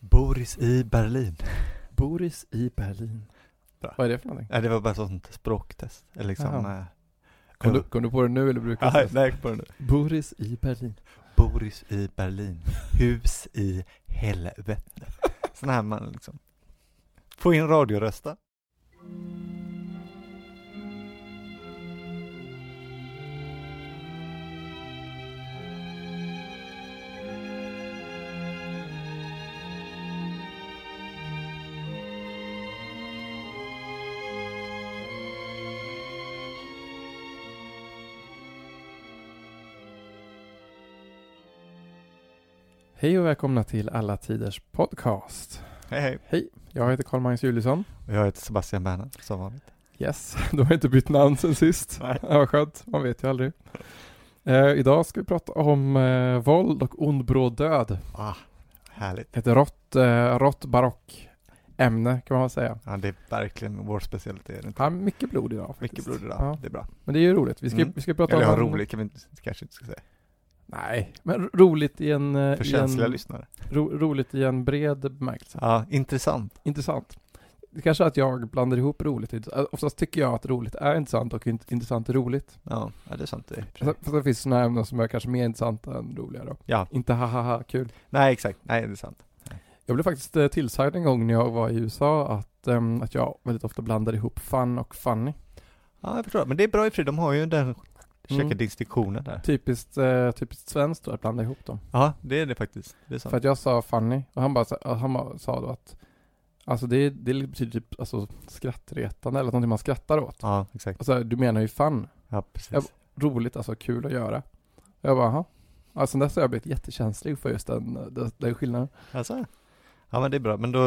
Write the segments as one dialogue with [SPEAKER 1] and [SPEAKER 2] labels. [SPEAKER 1] Boris i Berlin.
[SPEAKER 2] Boris i Berlin.
[SPEAKER 1] Bra.
[SPEAKER 2] Vad är det för någonting?
[SPEAKER 1] Ja, det var bara sånt språktest. Eller liksom...
[SPEAKER 2] Jaha.
[SPEAKER 1] eh,
[SPEAKER 2] Kom du, kom du på det nu eller brukar du
[SPEAKER 1] Nej,
[SPEAKER 2] säga
[SPEAKER 1] nej, jag gick på det nu.
[SPEAKER 2] så? Boris i Berlin.
[SPEAKER 1] Boris i Berlin. Hus i helvete. Sån här man liksom. Få in radiorösta.
[SPEAKER 2] Hej och välkomna till Alla Tiders Podcast.
[SPEAKER 1] Hej hej.
[SPEAKER 2] Jag heter Carl-Magnus Juliusson.
[SPEAKER 1] Och jag heter Sebastian Bernhard, som vanligt.
[SPEAKER 2] Yes, du har inte bytt namn sen sist.
[SPEAKER 1] Nej.
[SPEAKER 2] Ja, vad skönt, man vet ju aldrig. Eh, idag ska vi prata om eh, våld och ond bråd död.
[SPEAKER 1] Ah, härligt.
[SPEAKER 2] Ett rått, eh, rått barock ämne kan man väl säga.
[SPEAKER 1] Ja, det är verkligen vår specialitet. är det inte?
[SPEAKER 2] Ja, mycket blod idag faktiskt.
[SPEAKER 1] Mycket blod idag.
[SPEAKER 2] Ja,
[SPEAKER 1] Det är bra.
[SPEAKER 2] men det är ju roligt. Vi ska,
[SPEAKER 1] Mm.
[SPEAKER 2] vi ska prata
[SPEAKER 1] Eller ja,
[SPEAKER 2] om...
[SPEAKER 1] roligt kan vi inte, kanske inte ska säga.
[SPEAKER 2] Nej, men roligt i en... eh,
[SPEAKER 1] För
[SPEAKER 2] i
[SPEAKER 1] känsliga
[SPEAKER 2] en
[SPEAKER 1] lyssnare.
[SPEAKER 2] ro, roligt i en bred bemärkelse.
[SPEAKER 1] Ja, intressant.
[SPEAKER 2] Intressant. Det kanske är att jag blandar ihop roligt och intressant. Alltså, Oftast tycker jag att roligt är intressant och int- intressant är roligt.
[SPEAKER 1] Ja, ja det är sant. Det är.
[SPEAKER 2] Fast fast det finns sådana ämnen som är kanske mer intressanta än roliga då.
[SPEAKER 1] Ja.
[SPEAKER 2] Inte hahaha kul.
[SPEAKER 1] Nej, exakt. Nej, det är sant.
[SPEAKER 2] Jag blev faktiskt eh, tillsagd en gång när jag var i USA att, ehm, att jag väldigt ofta blandar ihop fun och funny.
[SPEAKER 1] Ja, jag förstår. Men det är bra i och för sig. De har ju den käcka
[SPEAKER 2] Mm.
[SPEAKER 1] distinktionen där.
[SPEAKER 2] Typiskt, eh, typiskt svenskt då, att blanda ihop dem.
[SPEAKER 1] Ja, det är det faktiskt. Det är sant.
[SPEAKER 2] För att jag sa funny och han bara, sa- han bara sa då att Alltså det, det betyder typ alltså, skrattretande eller någonting man skrattar åt.
[SPEAKER 1] Ja, exakt.
[SPEAKER 2] Och så här, du menar ju fun.
[SPEAKER 1] Ja, precis.
[SPEAKER 2] Jag- roligt, alltså kul att göra. Jag bara, aha. Alltså dess har jag blivit jättekänslig för just den, den, den skillnaden.
[SPEAKER 1] Alltså. Ja men det är bra, men då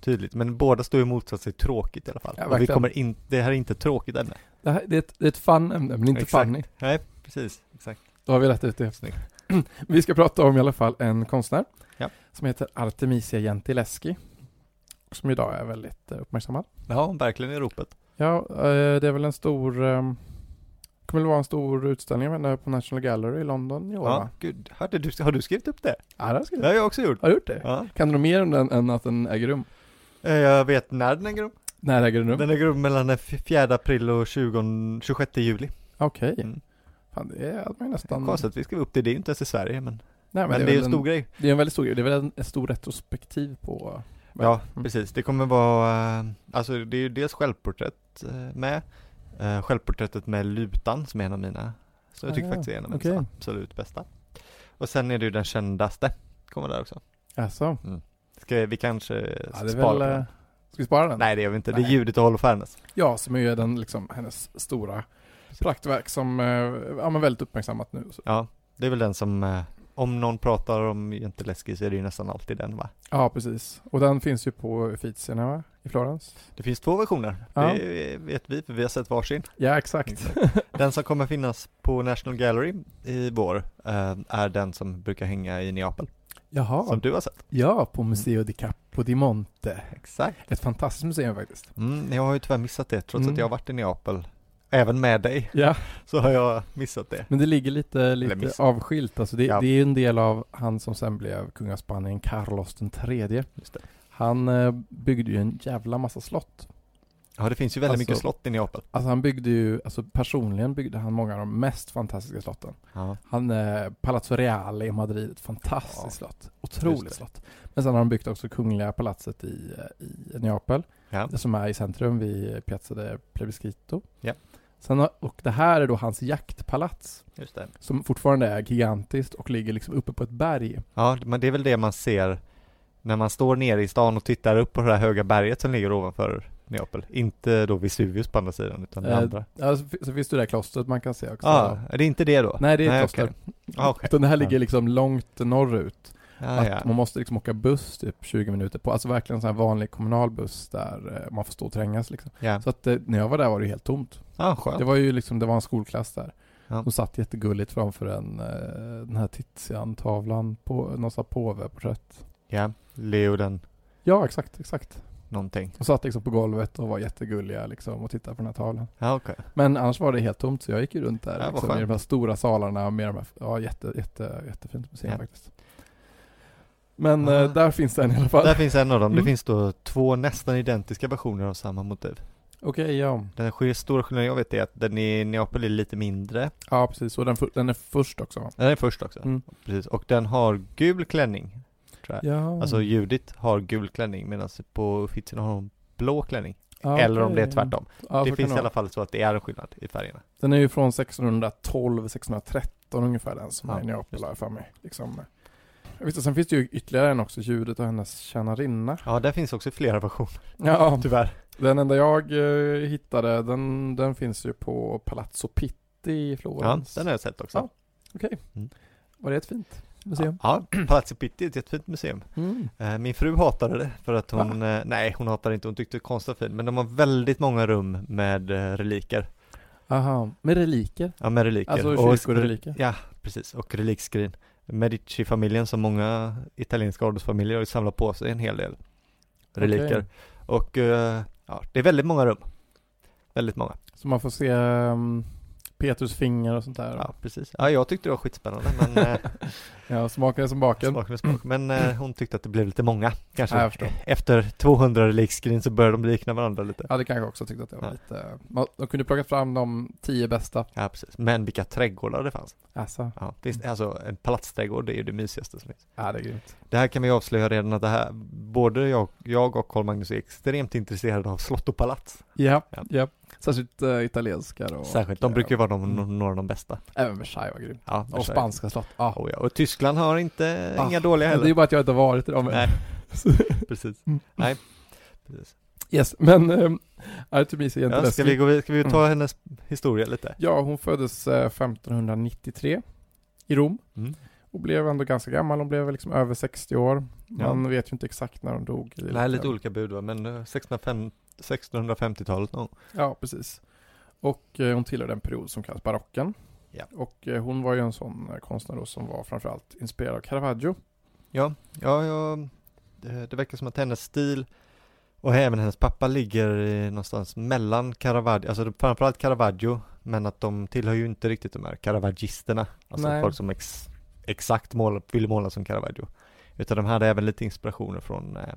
[SPEAKER 1] tydligt. Men båda står ju motsatt sig tråkigt i alla fall.
[SPEAKER 2] Ja,
[SPEAKER 1] och vi
[SPEAKER 2] verkligen.
[SPEAKER 1] kommer inte, det här är inte ett tråkigt ämne.
[SPEAKER 2] Det, här, det, är ett, det är ett fun ämne, men inte
[SPEAKER 1] Exakt.
[SPEAKER 2] funny.
[SPEAKER 1] Nej, precis. Exakt.
[SPEAKER 2] Då har vi rätt ut det.
[SPEAKER 1] Snyggt.
[SPEAKER 2] Vi ska prata om i alla fall en konstnär
[SPEAKER 1] Ja.
[SPEAKER 2] som heter Artemisia Gentileski. Som idag är väldigt eh, uppmärksammad.
[SPEAKER 1] Ja, verkligen i ropet.
[SPEAKER 2] Ja, eh, det är väl en stor... eh, kommer det vara en stor utställning av henne på National Gallery i London i år?
[SPEAKER 1] Ja,
[SPEAKER 2] va?
[SPEAKER 1] gud. Hörde du, har du skrivit upp det?
[SPEAKER 2] Ja, det har jag skrivit.
[SPEAKER 1] Det har jag också gjort.
[SPEAKER 2] Har du gjort det?
[SPEAKER 1] Ja.
[SPEAKER 2] Kan du något mer om den än att den äger rum?
[SPEAKER 1] Eh, Jag vet när den äger rum.
[SPEAKER 2] När äger den rum?
[SPEAKER 1] Den äger rum mellan den 4 april och 20, 26 juli.
[SPEAKER 2] Okej.
[SPEAKER 1] Mm.
[SPEAKER 2] Fan, det hade man ju nästan...
[SPEAKER 1] Konstigt att vi skrev upp det, det är ju inte ens i Sverige men,
[SPEAKER 2] Nej,
[SPEAKER 1] men, det
[SPEAKER 2] väl
[SPEAKER 1] är ju en stor grej.
[SPEAKER 2] Det är en väldigt stor grej. Det är väl en, en stor retrospektiv på...
[SPEAKER 1] Ja,
[SPEAKER 2] Mm.
[SPEAKER 1] precis. Det kommer vara, eh, alltså det är ju dels självporträtt eh, med, eh, självporträttet med lutan som är en av mina, så jag
[SPEAKER 2] Ah,
[SPEAKER 1] tycker
[SPEAKER 2] ja.
[SPEAKER 1] faktiskt det är en av mina
[SPEAKER 2] Okej.
[SPEAKER 1] absolut bästa. Och sen är det ju den kändaste, kommer där också.
[SPEAKER 2] Alltså.
[SPEAKER 1] Ska vi kanske
[SPEAKER 2] Ja, det är
[SPEAKER 1] spara
[SPEAKER 2] väl,
[SPEAKER 1] på
[SPEAKER 2] eh,
[SPEAKER 1] den?
[SPEAKER 2] ska vi spara den?
[SPEAKER 1] Nej det gör vi inte, det är
[SPEAKER 2] nej.
[SPEAKER 1] Judith och Holofernes.
[SPEAKER 2] Ja, som ju är den, liksom, hennes stora praktverk som eh, ja, men väldigt uppmärksammat nu. och Så.
[SPEAKER 1] Ja, det är väl den som, eh, om någon pratar om Jänteläski så är det ju nästan alltid den va?
[SPEAKER 2] Ja, precis. Och den finns ju på Uffizierna va? i Florens.
[SPEAKER 1] Det finns två versioner,
[SPEAKER 2] Ja.
[SPEAKER 1] det vet vi för vi har sett varsin.
[SPEAKER 2] Ja, exakt.
[SPEAKER 1] Den som kommer finnas på National Gallery i vår eh, är den som brukar hänga i Neapel, som
[SPEAKER 2] Jaha.
[SPEAKER 1] du har sett.
[SPEAKER 2] Ja, på Museo di Capo di Monte.
[SPEAKER 1] Exakt.
[SPEAKER 2] Ett fantastiskt museum faktiskt.
[SPEAKER 1] Mm, jag har ju tyvärr missat det, trots
[SPEAKER 2] Mm.
[SPEAKER 1] att jag har varit i Neapel, även med dig,
[SPEAKER 2] Ja,
[SPEAKER 1] så har jag missat det.
[SPEAKER 2] men det ligger lite, lite
[SPEAKER 1] missat.
[SPEAKER 2] avskilt. Alltså det,
[SPEAKER 1] Ja.
[SPEAKER 2] det är ju en del av han som sen blev kung av Spanien, Carlos den tredje.
[SPEAKER 1] Just det.
[SPEAKER 2] Han eh, byggde ju en jävla massa slott.
[SPEAKER 1] Ja, det finns ju väldigt
[SPEAKER 2] Alltså-
[SPEAKER 1] mycket slott i Neapel.
[SPEAKER 2] Alltså han byggde ju, alltså personligen byggde han många av de mest fantastiska slotten.
[SPEAKER 1] Ja.
[SPEAKER 2] Han, eh, Palazzo Reale i Madrid, ett fantastiskt
[SPEAKER 1] Ja.
[SPEAKER 2] slott.
[SPEAKER 1] Just
[SPEAKER 2] Otroligt
[SPEAKER 1] det.
[SPEAKER 2] slott. Men sen har han byggt också Kungliga palatset i, eh, i Neapel,
[SPEAKER 1] Ja.
[SPEAKER 2] det som är i centrum vid Piazza de Plebiscito.
[SPEAKER 1] Ja.
[SPEAKER 2] Sen har, och det här är då hans jaktpalats,
[SPEAKER 1] Just det.
[SPEAKER 2] som fortfarande är gigantiskt och ligger liksom uppe på ett berg.
[SPEAKER 1] Ja, men det är väl det man ser när man står nere i stan och tittar upp på det här höga berget som ligger ovanför Neapel. Inte då Vesuvius på andra sidan, utan det
[SPEAKER 2] Eh,
[SPEAKER 1] andra.
[SPEAKER 2] Ja, så, fi- så finns det där klostret man kan se också.
[SPEAKER 1] Ja, ah, är det inte det då?
[SPEAKER 2] Nej, det är ett
[SPEAKER 1] Nej,
[SPEAKER 2] kloster.
[SPEAKER 1] okej. Ah, okej.
[SPEAKER 2] Utan det här ligger liksom långt
[SPEAKER 1] Ah,
[SPEAKER 2] norrut.
[SPEAKER 1] Ja,
[SPEAKER 2] Att
[SPEAKER 1] ja.
[SPEAKER 2] man måste liksom åka buss typ 20 minuter på, alltså verkligen en sån här vanlig kommunal buss där eh, man får stå och trängas liksom.
[SPEAKER 1] Ja,
[SPEAKER 2] Så att eh, när jag var där var det helt tomt.
[SPEAKER 1] ah, skönt.
[SPEAKER 2] Det var ju liksom, det var en skolklass där.
[SPEAKER 1] Ja.
[SPEAKER 2] Som satt jättegulligt framför en, eh, den här Tizian-tavlan på någon sån här påveporträtt.
[SPEAKER 1] Ja, Leo den
[SPEAKER 2] Ja, exakt, exakt.
[SPEAKER 1] någonting.
[SPEAKER 2] Och satt liksom på golvet och var jättegulliga liksom och tittade på den här tavlan.
[SPEAKER 1] Ja, okej.
[SPEAKER 2] Men annars var det helt tomt så jag gick ju runt där
[SPEAKER 1] Ja, vad
[SPEAKER 2] liksom,
[SPEAKER 1] skönt.
[SPEAKER 2] i de här stora salarna med de här, ja jätte, jätte, jättefint museum
[SPEAKER 1] Ja.
[SPEAKER 2] faktiskt. Men eh,
[SPEAKER 1] Ah.
[SPEAKER 2] där finns den i alla fall.
[SPEAKER 1] Där finns en av dem.
[SPEAKER 2] Mm.
[SPEAKER 1] Det finns då två nästan identiska versioner av samma motiv.
[SPEAKER 2] Okej, ja.
[SPEAKER 1] Den sk- stora skillnaden jag vet är att den i Neapel är lite mindre.
[SPEAKER 2] Ja, precis. Och den, för, den är först också va?
[SPEAKER 1] Den är först också.
[SPEAKER 2] Mm.
[SPEAKER 1] Precis. Och den har gul klänning.
[SPEAKER 2] Ja.
[SPEAKER 1] Alltså Judit har gul klänning medan på Uffizier har hon blå klänning.
[SPEAKER 2] Ja,
[SPEAKER 1] Eller om det är
[SPEAKER 2] okej.
[SPEAKER 1] tvärtom.
[SPEAKER 2] Ja,
[SPEAKER 1] det finns
[SPEAKER 2] så kan
[SPEAKER 1] i
[SPEAKER 2] det
[SPEAKER 1] alla
[SPEAKER 2] vara.
[SPEAKER 1] fall så att det är en skillnad i färgerna.
[SPEAKER 2] Den är ju från 612, 613 ungefär den som
[SPEAKER 1] Ja,
[SPEAKER 2] är i Neapel
[SPEAKER 1] just Mm.
[SPEAKER 2] har jag för mig. Liksom. Ja, Visst, och sen finns det ju ytterligare en också, ljudet och hennes tjänarinna.
[SPEAKER 1] Ja, där finns också flera versioner.
[SPEAKER 2] Ja,
[SPEAKER 1] Tyvärr.
[SPEAKER 2] den enda jag eh, hittade, den, den finns ju på Palazzo Pitti i
[SPEAKER 1] Ja,
[SPEAKER 2] Florens.
[SPEAKER 1] den har jag sett också.
[SPEAKER 2] Ja, Okej.
[SPEAKER 1] Mm.
[SPEAKER 2] Var det ett fint museum?
[SPEAKER 1] Ja, Palazzo Pitti är ett jättefint museum.
[SPEAKER 2] Mm.
[SPEAKER 1] Eh, Min fru hatade det för att hon, eh, nej hon hatade inte, hon tyckte konst var fint. Men de har väldigt många rum med eh, reliker.
[SPEAKER 2] Aha, med reliker.
[SPEAKER 1] Ja, med reliker.
[SPEAKER 2] Alltså kyrkoreliker.
[SPEAKER 1] Ja, precis. Och relikskrin. Medici-familjen som många italienska adelsfamiljer har ju samlat på sig en hel del reliker.
[SPEAKER 2] Okej.
[SPEAKER 1] Och eh, ja, det är väldigt många rum. Väldigt många.
[SPEAKER 2] Så man får se um, Petrus finger och sånt där.
[SPEAKER 1] Ja, precis. Ja, jag tyckte det var skitspännande men eh,
[SPEAKER 2] Ja, smaken är som baken.
[SPEAKER 1] smak med smak. Men eh, hon tyckte att det blev lite många kanske.
[SPEAKER 2] Ja, jag förstår.
[SPEAKER 1] Efter 200 relikskrin så började de likna varandra lite.
[SPEAKER 2] Ja, det kanske jag också tyckte att det var
[SPEAKER 1] Ja.
[SPEAKER 2] lite... Man, de kunde plockat fram de tio bästa.
[SPEAKER 1] Ja, precis. Men vilka trädgårdar det fanns.
[SPEAKER 2] Alltså,
[SPEAKER 1] Ja, det är, alltså en palatsträdgård, det är ju det mysigaste som finns.
[SPEAKER 2] ja det är grymt.
[SPEAKER 1] Det här kan vi avslöja redan att det här, både jag, jag och Carl Magnus är extremt intresserade av slott och palats.
[SPEAKER 2] Ja,
[SPEAKER 1] Ja.
[SPEAKER 2] ja. Särskilt uh, italienska och...
[SPEAKER 1] Särskilt, de brukar ju vara de,
[SPEAKER 2] Mm.
[SPEAKER 1] några av de bästa.
[SPEAKER 2] Även Versailles var grymt.
[SPEAKER 1] Ja,
[SPEAKER 2] Och spanska slott. Ja.
[SPEAKER 1] Oh, ja. Och Tyskland har inte,
[SPEAKER 2] Ah,
[SPEAKER 1] inga dåliga
[SPEAKER 2] Men det är
[SPEAKER 1] heller.
[SPEAKER 2] bara att jag inte har varit i dem.
[SPEAKER 1] Nej, precis.
[SPEAKER 2] Mm.
[SPEAKER 1] Nej, precis.
[SPEAKER 2] Yes, men... Um, Artemisia
[SPEAKER 1] Ja, ska, vi
[SPEAKER 2] Gentileschi.
[SPEAKER 1] gå, vid- ska vi ta
[SPEAKER 2] Mm.
[SPEAKER 1] hennes historia lite?
[SPEAKER 2] Ja, hon föddes eh, 1593 i Rom.
[SPEAKER 1] Mm.
[SPEAKER 2] Och blev ändå ganska gammal, hon blev liksom över 60 år.
[SPEAKER 1] Ja.
[SPEAKER 2] Man vet ju inte exakt när hon dog. Det är
[SPEAKER 1] Det här är lite olika bud va, men eh, 1650 1650-talet någon gång.
[SPEAKER 2] Ja, precis. Och eh, hon tillhör den period som kallas barocken.
[SPEAKER 1] Ja.
[SPEAKER 2] Och eh, hon var ju en sån eh, konstnär då som var framförallt inspirerad av Caravaggio.
[SPEAKER 1] Ja, ja, ja det, det verkar som att hennes stil och även hennes pappa ligger i någonstans mellan Caravaggio, alltså framförallt Caravaggio, men att de tillhör ju inte riktigt de här Caravaggisterna, alltså
[SPEAKER 2] Nej.
[SPEAKER 1] folk som ex, exakt måla, vill måla som Caravaggio, utan de hade även lite inspirationer från eh,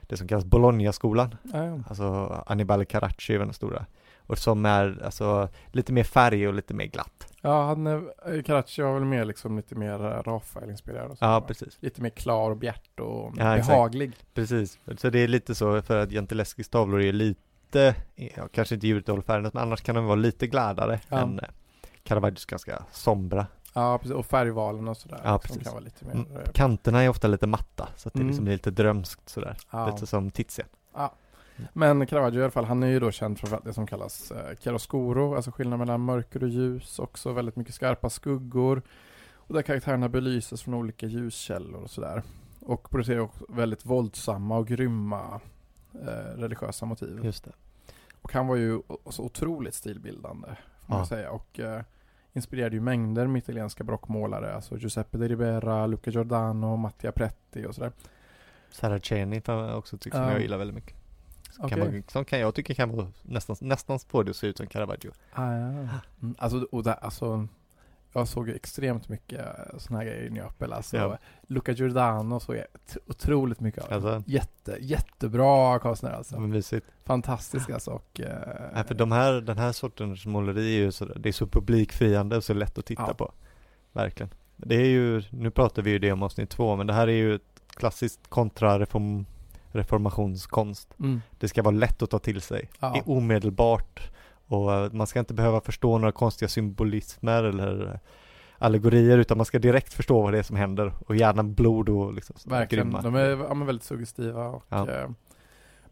[SPEAKER 1] det som kallas Bologna-skolan,
[SPEAKER 2] Ja,
[SPEAKER 1] alltså Annibale Carracci är väl den stora, och som är alltså lite mer färg och lite mer glatt.
[SPEAKER 2] ja han, eh, Caravaggio var väl mer liksom lite mer eh, Rafael-inspirerad och så.
[SPEAKER 1] Ja,
[SPEAKER 2] va?
[SPEAKER 1] precis.
[SPEAKER 2] Lite mer klar och bjärt och
[SPEAKER 1] Ja, exakt.
[SPEAKER 2] behaglig.
[SPEAKER 1] Precis, så det är lite så för att Gentileskis tavlor är lite, ja, kanske inte djuret håller färgen, men annars kan de vara lite gladare
[SPEAKER 2] Ja.
[SPEAKER 1] än eh, Caravaggios ganska sombra.
[SPEAKER 2] Ja, precis. Och färgvalen och sådär.
[SPEAKER 1] Ja,
[SPEAKER 2] liksom,
[SPEAKER 1] precis.
[SPEAKER 2] kan vara lite mer...
[SPEAKER 1] Mm.
[SPEAKER 2] eh,
[SPEAKER 1] Kanterna är ofta lite matta, så att det
[SPEAKER 2] Mm.
[SPEAKER 1] liksom blir lite drömskt sådär,
[SPEAKER 2] ja.
[SPEAKER 1] lite som Titsen.
[SPEAKER 2] Men Caravaggio i alla fall, han är ju då känd för det som kallas eh, chiaroscuro, alltså skillnaden mellan mörker och ljus, också väldigt mycket skarpa skuggor. Och där karaktärerna belyses från olika ljuskällor och sådär. Och producerar också väldigt våldsamma och grymma eh, religiösa motiv.
[SPEAKER 1] Just det.
[SPEAKER 2] Och han var ju o- så otroligt stilbildande, får man
[SPEAKER 1] Ja.
[SPEAKER 2] säga. Och eh, inspirerade ju mängder med italienska barockmålare, alltså Giuseppe de Ribera, Luca Giordano, Mattia Pretti och sådär.
[SPEAKER 1] Saraceni fan, jag också tycker som
[SPEAKER 2] Ja.
[SPEAKER 1] jag gillar väldigt mycket. Som, kan
[SPEAKER 2] Okej.
[SPEAKER 1] vara, som kan jag tycker kan vara nästan, nästan få det att se ut som Caravaggio.
[SPEAKER 2] Ah, ja. mm, alltså, och där, alltså, jag såg ju extremt mycket sådana här grejer i Neapel. Alltså,
[SPEAKER 1] Ja.
[SPEAKER 2] Luca Giordano såg jag t- otroligt mycket av.
[SPEAKER 1] Alltså,
[SPEAKER 2] Jätte, jättebra konstnär alltså.
[SPEAKER 1] ja, men mysigt.
[SPEAKER 2] Fantastisk alltså. Och, eh,
[SPEAKER 1] Nej, Mm. för de här, den här sortens måleri är ju så, det är så publikfriande och så lätt att titta
[SPEAKER 2] Ja.
[SPEAKER 1] på. Verkligen. Det är ju, nu pratar vi ju det om avsnitt två, men det här är ju ett klassiskt kontrareform, reformationskonst.
[SPEAKER 2] mm,
[SPEAKER 1] Det ska vara lätt att ta till sig,
[SPEAKER 2] ja.
[SPEAKER 1] det är omedelbart och eh, man ska inte behöva förstå några konstiga symbolismer eller eh, allegorier utan man ska direkt förstå vad det är som händer och gärna blod och liksom sådana
[SPEAKER 2] Verkligen,
[SPEAKER 1] grymma.
[SPEAKER 2] de är ja, men väldigt suggestiva. Och,
[SPEAKER 1] Ja.
[SPEAKER 2] eh,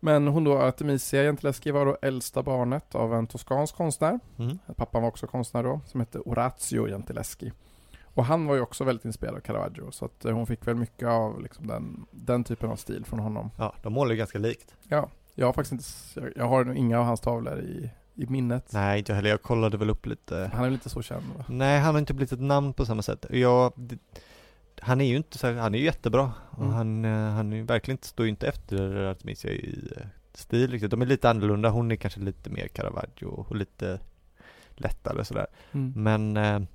[SPEAKER 2] men hon då, Artemisia Gentileschi, var då äldsta barnet av en toskansk konstnär.
[SPEAKER 1] Mm.
[SPEAKER 2] Pappan var också konstnär då, som hette Orazio Gentileschi. Och han var ju också väldigt inspirerad av Caravaggio, så att eh, hon fick väl mycket av liksom den, den typen av stil från honom.
[SPEAKER 1] Ja, de målar ju ganska likt.
[SPEAKER 2] Ja, jag har faktiskt inte, s- jag, jag har nog inga av hans tavlor i, i minnet.
[SPEAKER 1] Nej, inte jag heller. Jag kollade väl upp lite.
[SPEAKER 2] Han är väl inte så känd va?
[SPEAKER 1] Nej, han har inte blivit ett namn på samma sätt. Jag, det, han är ju inte så, han är ju jättebra. Och
[SPEAKER 2] Mm.
[SPEAKER 1] han, eh, han är ju verkligen inte, står ju inte efter Artemisia i eh, stil riktigt. De är lite annorlunda. Hon är kanske lite mer Caravaggio och lite lättare sådär.
[SPEAKER 2] Mm.
[SPEAKER 1] Mm. Men, eh,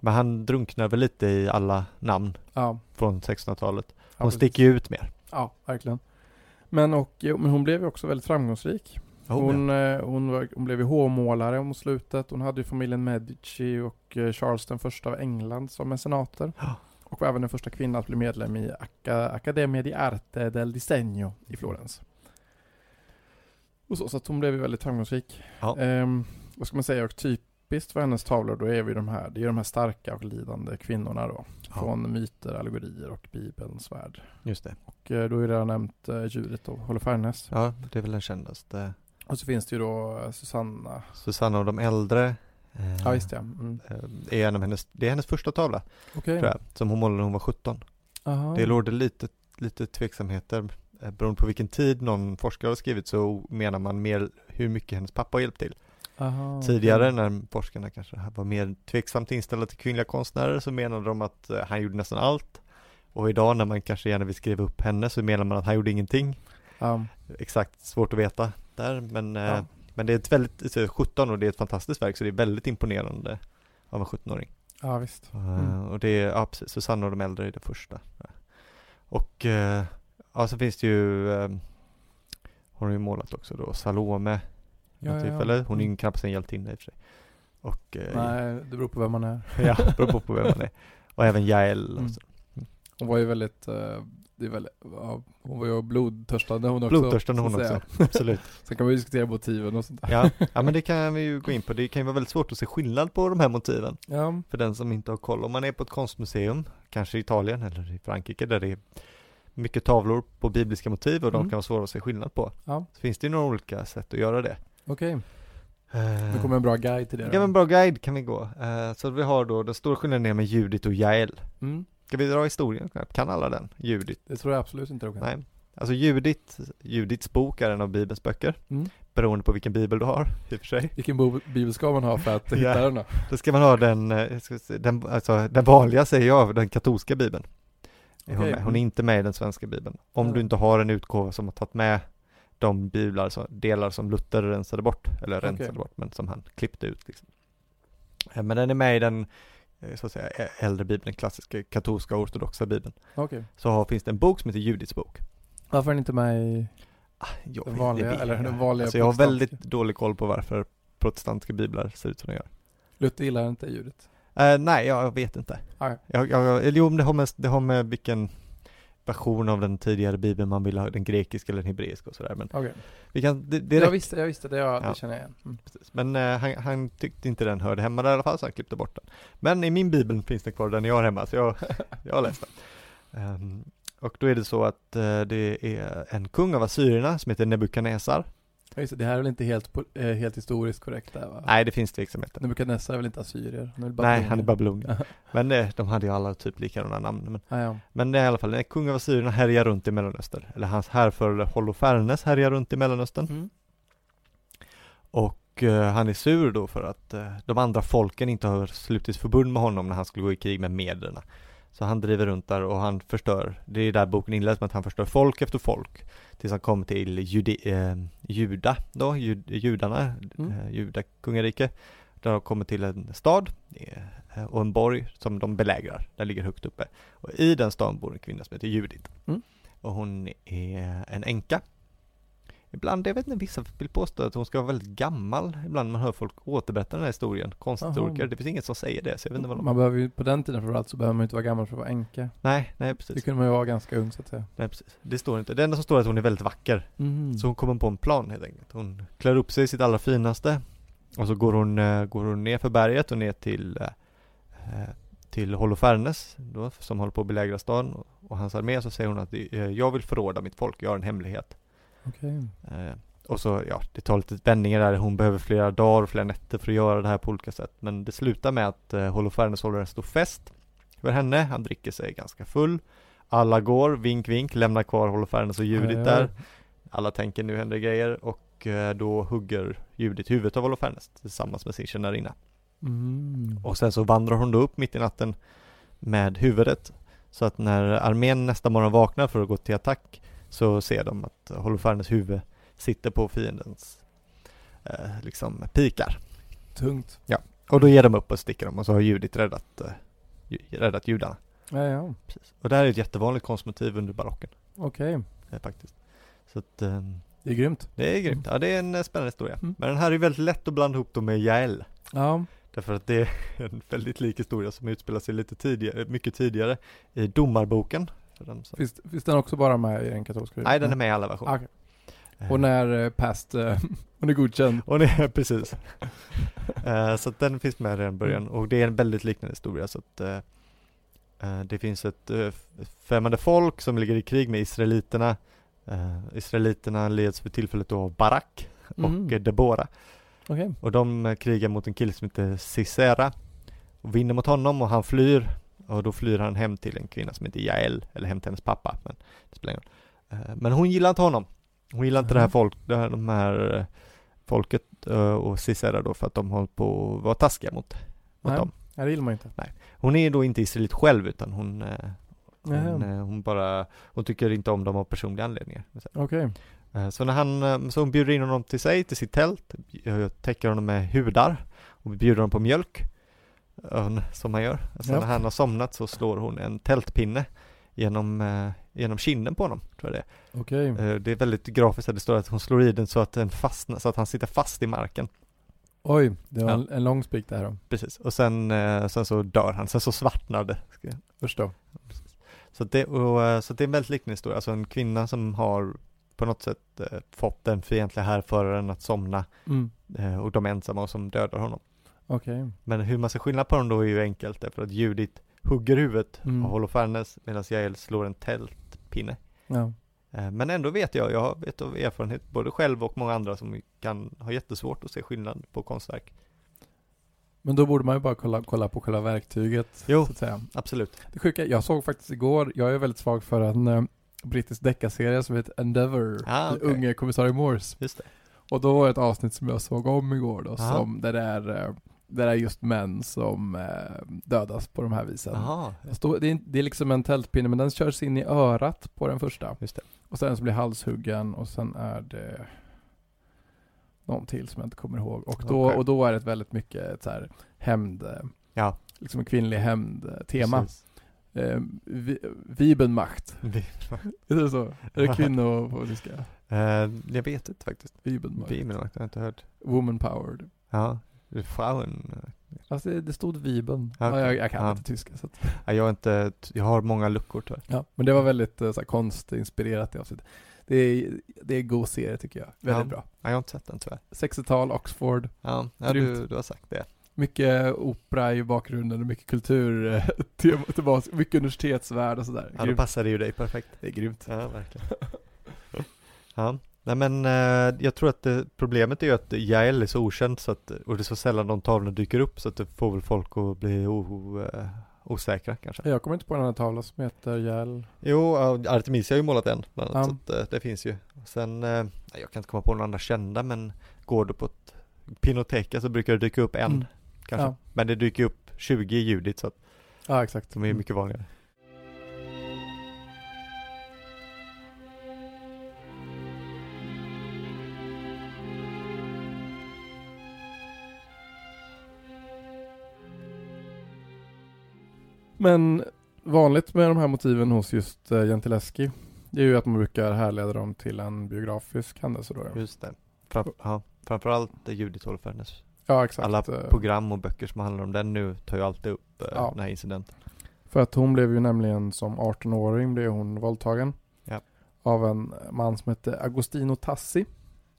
[SPEAKER 1] men han drunknar väl lite i alla namn
[SPEAKER 2] Ja,
[SPEAKER 1] från 1600-talet. Hon
[SPEAKER 2] precis.
[SPEAKER 1] sticker ju ut mer.
[SPEAKER 2] Ja, verkligen. Men, och, jo, men hon blev ju också väldigt framgångsrik.
[SPEAKER 1] Ja,
[SPEAKER 2] Hon, eh, hon, var, hon blev ju hovmålare om slutet. Hon hade ju familjen Medici och eh, Charles den första av England som mecenater.
[SPEAKER 1] Ja.
[SPEAKER 2] Och var även den första kvinnan att bli medlem i Acca, Accademia di Arte del Disegno i Florens. Och så, så att hon blev ju väldigt framgångsrik.
[SPEAKER 1] Ja.
[SPEAKER 2] Ehm, vad ska man säga, och typiskt för hennes tavlor då är vi de här, det är de här starka och lidande kvinnorna då.
[SPEAKER 1] Ja.
[SPEAKER 2] Från myter, allegorier och Bibelns värld.
[SPEAKER 1] Just det.
[SPEAKER 2] Och eh, då är det redan nämnt eh, djuret av Holofernes.
[SPEAKER 1] Ja, det är väl den kändaste.
[SPEAKER 2] Och så finns det ju då eh, Susanna.
[SPEAKER 1] Susanna och de äldre. eh,
[SPEAKER 2] Ja, just det. Mm.
[SPEAKER 1] eh, Är en av hennes, det är hennes första tavla,
[SPEAKER 2] Okej.
[SPEAKER 1] tror jag, som hon målade när hon var 17.
[SPEAKER 2] Aha.
[SPEAKER 1] Det råder lite, lite tveksamheter. Eh, Beroende på vilken tid någon forskare har skrivit så menar man mer hur mycket hennes pappa har hjälpt till.
[SPEAKER 2] Aha, okej.
[SPEAKER 1] Tidigare när forskarna kanske var mer tveksamt inställda till kvinnliga konstnärer så menade de att eh, han gjorde nästan allt. Och idag när man kanske gärna vill skriva upp henne så menar man att han gjorde ingenting. eh,
[SPEAKER 2] Ja.
[SPEAKER 1] Exakt svårt att veta där men, eh,
[SPEAKER 2] Ja.
[SPEAKER 1] men det är ett väldigt, så 17 och det är ett fantastiskt verk så det är väldigt imponerande av en 17-åring.
[SPEAKER 2] ja, visst. Mm.
[SPEAKER 1] Eh, Och det är, ja precis, Susanna och de äldre är det första. Och eh, ja så finns det ju, eh, hon har ju målat också då, Salome
[SPEAKER 2] Ja,
[SPEAKER 1] något
[SPEAKER 2] ja, ja.
[SPEAKER 1] tillfälle. Hon är ju knappast en hjältinna i och för sig. Och eh,
[SPEAKER 2] Nej, det beror på vem man är.
[SPEAKER 1] ja, beror på vem man är. Och även Jael.
[SPEAKER 2] Mm.
[SPEAKER 1] och så.
[SPEAKER 2] Hon var ju väldigt, eh, det är väl, ja, hon var ju blodtörstande hon också.
[SPEAKER 1] Blodtörstande
[SPEAKER 2] så att
[SPEAKER 1] hon också,
[SPEAKER 2] säga.
[SPEAKER 1] absolut.
[SPEAKER 2] Sen kan man ju diskutera motiven och sånt där.
[SPEAKER 1] Ja. ja, men det kan vi ju gå in på. Det kan ju vara väldigt svårt att se skillnad på de här motiven.
[SPEAKER 2] Ja.
[SPEAKER 1] För den som inte har koll. Om man är på ett konstmuseum, kanske i Italien eller i Frankrike, där det är mycket tavlor på bibliska motiv och de
[SPEAKER 2] Mm.
[SPEAKER 1] kan vara svåra att se skillnad på.
[SPEAKER 2] Ja.
[SPEAKER 1] Så finns det ju några olika sätt att göra det.
[SPEAKER 2] Okej.
[SPEAKER 1] Eh,
[SPEAKER 2] Nu kommer en bra guide till det.
[SPEAKER 1] Ja,
[SPEAKER 2] då.
[SPEAKER 1] men bra guide kan vi gå. Eh, Så vi har då, den stora skillnaden är med Judit och Jael.
[SPEAKER 2] Mm.
[SPEAKER 1] Ska vi dra historien? Kan alla den? Judit?
[SPEAKER 2] Det tror jag absolut inte Roger.
[SPEAKER 1] Nej. Alltså Judit, Judits bok är en av Bibelns böcker.
[SPEAKER 2] Mm.
[SPEAKER 1] Beroende på vilken bibel du har, i och för sig.
[SPEAKER 2] Vilken bo- bibel ska man ha för att hitta
[SPEAKER 1] Ja.
[SPEAKER 2] den då?
[SPEAKER 1] Då ska man ha den, eh, ska vi se, den, alltså, den vanliga säger jag, den katolska bibeln. Är Hon,
[SPEAKER 2] Okej.
[SPEAKER 1] med. hon är inte med i den svenska bibeln. Om
[SPEAKER 2] Ja.
[SPEAKER 1] du inte har en utgåva som har tagit med de biblar, som, delar som Luther rensade bort, eller
[SPEAKER 2] Okej.
[SPEAKER 1] rensade bort, men som han klippte ut. Liksom. Eh, Men den är med i den, eh, så att säga, ä- äldre bibeln, den klassiska katolska ortodoxa bibeln.
[SPEAKER 2] Okej.
[SPEAKER 1] Så har, finns det en bok som heter Judits bok.
[SPEAKER 2] Varför är den inte med i...
[SPEAKER 1] Jag
[SPEAKER 2] Den
[SPEAKER 1] vet-
[SPEAKER 2] vanliga-
[SPEAKER 1] det vet
[SPEAKER 2] eller
[SPEAKER 1] jag
[SPEAKER 2] den
[SPEAKER 1] inte.
[SPEAKER 2] vanliga
[SPEAKER 1] alltså, Jag har
[SPEAKER 2] protestantiska.
[SPEAKER 1] väldigt dålig koll på varför protestantiska biblar ser ut som de gör.
[SPEAKER 2] Luther gillar inte ljudet.
[SPEAKER 1] Eh, nej, jag vet inte.
[SPEAKER 2] Nej.
[SPEAKER 1] Jag, jag, eller jo, men det har, med, det har med vilken version av den tidigare bibeln man vill ha, den grekiska eller den hebreiska och sådär. Men
[SPEAKER 2] Okej.
[SPEAKER 1] vi kan, det, det
[SPEAKER 2] Jag
[SPEAKER 1] räcker.
[SPEAKER 2] visste, jag visste det, jag,
[SPEAKER 1] Ja.
[SPEAKER 2] det känner jag igen. Mm.
[SPEAKER 1] precis. Men eh, han, han tyckte inte den hörde hemma där i alla fall, så han klippte bort den. Men i min bibel finns den kvar, den jag har hemma, så jag, jag har läst den. Ehm, och då är det så att eh, det är en kung av Assyrierna som heter Nebukadnessar.
[SPEAKER 2] Ja, Just det, det här är väl inte helt, po- eh, helt historiskt korrekt där va?
[SPEAKER 1] Nej, det finns tveksamheter.
[SPEAKER 2] Nebukadnessar är väl inte assyrier? Han är väl
[SPEAKER 1] Nej, han är
[SPEAKER 2] babylonier.
[SPEAKER 1] babylonier. Men eh, de hade ju alla typ likadana namn. Men
[SPEAKER 2] Ja, ja.
[SPEAKER 1] Men det är i alla fall, när kung av Assyrierna härjar runt i Mellanöstern, eller hans härförare Holofernes härjar runt i Mellanöstern.
[SPEAKER 2] Mm.
[SPEAKER 1] Och eh, han är sur då för att eh, de andra folken inte har slutit förbund med honom när han skulle gå i krig med mederna. Så han driver runt där och han förstör, det är där boken inleds med att han förstör folk efter folk. Tills han kommer till Judi, eh, Juda då, jud, judarna,
[SPEAKER 2] Mm.
[SPEAKER 1] eh, Juda kungarike. Där de kommer till en stad eh, och en borg som de belägrar, den ligger högt uppe. Och i den staden bor en kvinna som heter Judit.
[SPEAKER 2] Mm.
[SPEAKER 1] Och hon är en änka. Ibland, jag vet inte, vissa vill påstå att hon ska vara väldigt gammal ibland man hör folk återberätta den här historien, konsthistoriker.
[SPEAKER 2] Jaha.
[SPEAKER 1] Det finns inget som säger det, så jag vet inte vad de...
[SPEAKER 2] Man behöver ju, på den tiden framförallt så behöver man ju inte vara gammal för att vara änka.
[SPEAKER 1] Nej, nej
[SPEAKER 2] Det
[SPEAKER 1] precis.
[SPEAKER 2] kunde man ju vara ganska ung så att säga. Mm.
[SPEAKER 1] nej precis. Det står inte. Det enda som står är att hon är väldigt vacker. Mm. Så hon kommer på en plan helt enkelt. Hon klär upp sig i sitt allra finaste och så går hon, eh, går hon ner för berget och ner till, eh, eh, till Holofernes då, som håller på att belägra staden och, och hans armé. Så säger hon att eh, jag vill förråda mitt folk, jag har en hemlighet.
[SPEAKER 2] Okej.
[SPEAKER 1] Eh, och så, ja, det tar lite vändningar där. Hon behöver flera dagar och flera nätter för att göra det här på olika sätt. Men det slutar med att eh, Holofernes håller en stor fest för henne. Han dricker sig ganska full. Alla går, vink vink, lämnar kvar Holofernes och Judit
[SPEAKER 2] Ja, ja.
[SPEAKER 1] där. Alla tänker nu händer grejer och eh, då hugger Judit huvudet av Holofernes tillsammans med sin tjänarinna.
[SPEAKER 2] Mm.
[SPEAKER 1] Och sen så vandrar hon då upp mitt i natten med huvudet. Så att när armén nästa morgon vaknar för att gå till attack så ser de att Holofernes huvud sitter på fiendens eh, liksom pikar.
[SPEAKER 2] Tungt.
[SPEAKER 1] Och då ger de upp och sticker dem och så har Judit räddat, eh, ju- räddat judarna.
[SPEAKER 2] Ja, ja.
[SPEAKER 1] Och det här är ett jättevanligt konstmotiv under barocken
[SPEAKER 2] Okej.
[SPEAKER 1] eh, faktiskt. Så att eh,
[SPEAKER 2] Det är grymt.
[SPEAKER 1] det är grymt. Ja, det är en eh, spännande historia.
[SPEAKER 2] Mm.
[SPEAKER 1] Men den här är väldigt lätt att blanda ihop då med Jael.
[SPEAKER 2] Ja.
[SPEAKER 1] Därför att det är en väldigt lik historia som utspelar sig lite tidigare, eh, mycket tidigare i Domarboken. För dem som...
[SPEAKER 2] Finns, finns den också bara med i den katolska
[SPEAKER 1] Nej, den är med i alla versioner.
[SPEAKER 2] Ah, okej. Och när eh, past, eh, hon är godkänd.
[SPEAKER 1] Och det, precis. Eh, så att den finns med redan i början
[SPEAKER 2] Mm.
[SPEAKER 1] och det är en väldigt liknande historia så att eh, eh, det finns ett eh, f- främmande folk som ligger i krig med israeliterna. Eh, israeliterna leds för tillfället då av Barak
[SPEAKER 2] Mhm.
[SPEAKER 1] och eh, Debora
[SPEAKER 2] Okej.
[SPEAKER 1] och de eh, krigar mot en kille som heter Sisera och vinner mot honom och han flyr och då flyr han hem till en kvinna som heter Jael eller hem till hennes pappa men det spelar ingen roll. Eh, Men hon gillar inte honom. Hon gillar inte det här
[SPEAKER 2] Mhm.
[SPEAKER 1] folk, det här, de här eh, folket eh, och Sisera då för att de håller på att vara taskiga mot, mot
[SPEAKER 2] Nej.
[SPEAKER 1] dem.
[SPEAKER 2] Ja, det gillar man ju inte.
[SPEAKER 1] Hon är då inte israelit själv utan hon, eh, hon,
[SPEAKER 2] Jaha.
[SPEAKER 1] eh, hon bara, hon tycker inte om dem av personliga anledningar.
[SPEAKER 2] Okej.
[SPEAKER 1] Eh, Så, när han, eh, så hon bjuder in honom till sig, till sitt tält, eh, täcker honom med hudar och bjuder honom på mjölk, eh, som han gör. Sen
[SPEAKER 2] Ja.
[SPEAKER 1] när han har somnat så slår hon en tältpinne genom, eh, genom kinden på honom, tror jag det
[SPEAKER 2] Okej.
[SPEAKER 1] är. Eh, Det är väldigt grafiskt, här, det står att hon slår i den så att, den fastnar, så att han sitter fast i marken.
[SPEAKER 2] Oj, det var
[SPEAKER 1] Ja.
[SPEAKER 2] en, en lång spik där då.
[SPEAKER 1] Precis, och sen, eh, sen så dör han, sen så svartnar det.
[SPEAKER 2] Usch då.
[SPEAKER 1] Så, att det, och, eh, så att det är en väldigt liknande historia, alltså en kvinna som har på något sätt eh, fått den fientliga härföraren att somna
[SPEAKER 2] Mm.
[SPEAKER 1] eh, och de är ensamma och som dödar honom.
[SPEAKER 2] Okej.
[SPEAKER 1] Men hur man ska skilja på dem då är ju enkelt därför att Judit hugger huvudet
[SPEAKER 2] Mm.
[SPEAKER 1] av Holofernes medan Jael slår en tältpinne.
[SPEAKER 2] Ja.
[SPEAKER 1] Eh, Men ändå vet jag, jag vet av erfarenhet, både själv och många andra som kan ha jättesvårt att se skillnad på konstverk.
[SPEAKER 2] Men då borde man ju bara kolla, kolla på själva verktyget.
[SPEAKER 1] Jo.
[SPEAKER 2] Så att säga.
[SPEAKER 1] Absolut.
[SPEAKER 2] Det sjuka, jag såg faktiskt igår, jag är väldigt svag för en eh, brittisk deckarserie som heter Endeavour.
[SPEAKER 1] Ah,
[SPEAKER 2] den
[SPEAKER 1] okej.
[SPEAKER 2] Unge kommissarie Morse.
[SPEAKER 1] Just det.
[SPEAKER 2] Och då var det ett avsnitt som jag såg om igår då,
[SPEAKER 1] Aha.
[SPEAKER 2] som där det är, eh, där det är just män som eh, dödas på de här visen.
[SPEAKER 1] Jaha.
[SPEAKER 2] Det står- Det är, det är liksom en tältpinne men den körs in i örat på den första.
[SPEAKER 1] Just det.
[SPEAKER 2] Och sen så blir halshuggen och sen är det någon till som jag inte kommer ihåg. Och då,
[SPEAKER 1] Okej.
[SPEAKER 2] och då är det ett väldigt mycket ett så här hämnd, eh,
[SPEAKER 1] Ja.
[SPEAKER 2] liksom en kvinnlig hämndtema.
[SPEAKER 1] precis.
[SPEAKER 2] Eh, vi, Vibenmacht,
[SPEAKER 1] Vi-
[SPEAKER 2] är det så? Är det kvinno på tyska?
[SPEAKER 1] Eh, jag vet inte faktiskt.
[SPEAKER 2] Vibenmacht.
[SPEAKER 1] Bimelmark har jag inte hört.
[SPEAKER 2] Woman powered.
[SPEAKER 1] Ja. Frauen.
[SPEAKER 2] Alltså det, det stod Viben. Ja,
[SPEAKER 1] Okej.
[SPEAKER 2] jag, jag kan
[SPEAKER 1] Ja.
[SPEAKER 2] inte tyska. Så att,
[SPEAKER 1] Ja, jag, har inte, jag har många luckor tyvärr.
[SPEAKER 2] ja. Men det var väldigt eh, så här, konstinspirerat det avsnittet. Det är, det är en god serie tycker jag. Väldigt
[SPEAKER 1] Ja.
[SPEAKER 2] bra.
[SPEAKER 1] Ja, jag har inte sett den tyvärr.
[SPEAKER 2] 60-tal, Oxford,
[SPEAKER 1] Ja, ja du,
[SPEAKER 2] Grymt.
[SPEAKER 1] du har sagt det.
[SPEAKER 2] mycket opera i bakgrunden och mycket kultur, eh, tema, tema, mycket universitetsvärld och sådär.
[SPEAKER 1] Ja, då
[SPEAKER 2] Grymt.
[SPEAKER 1] passar det ju dig perfekt.
[SPEAKER 2] det är grymt.
[SPEAKER 1] Ja, verkligen. ja, nej men eh, jag tror att eh, problemet är ju att Jael är så okänd så att, och det är så sällan de tavlorna dyker upp så att det får väl folk att bli o, eh, osäkra kanske.
[SPEAKER 2] Jag kommer inte på en annan tavla som heter Hjäl.
[SPEAKER 1] Jo, ja, Artemisia har ju målat en bland annat,
[SPEAKER 2] Ja.
[SPEAKER 1] så att, eh, det finns ju. Och Sen, eh, nej, jag kan inte komma på några andra kända men går du på ett Pinoteka så brukar det dyka upp en
[SPEAKER 2] Mm.
[SPEAKER 1] kanske.
[SPEAKER 2] Ja.
[SPEAKER 1] Men det dyker ju upp 20 i Judit så att
[SPEAKER 2] Ja, exakt.
[SPEAKER 1] de är ju mycket vanligare.
[SPEAKER 2] Men vanligt med de här motiven hos just eh, Gentileschi, det är ju att man brukar härleda dem till en biografisk händelse då. ja.
[SPEAKER 1] Just det. Fram, ja, framförallt eh, Judit Holofernes
[SPEAKER 2] Ja, exakt.
[SPEAKER 1] Alla
[SPEAKER 2] Eh,
[SPEAKER 1] program och böcker som handlar om den nu tar ju alltid upp eh,
[SPEAKER 2] Ja.
[SPEAKER 1] den här incidenten.
[SPEAKER 2] För att hon blev ju nämligen som 18-åring blev hon våldtagen.
[SPEAKER 1] Ja.
[SPEAKER 2] Av en man som hette Agostino Tassi.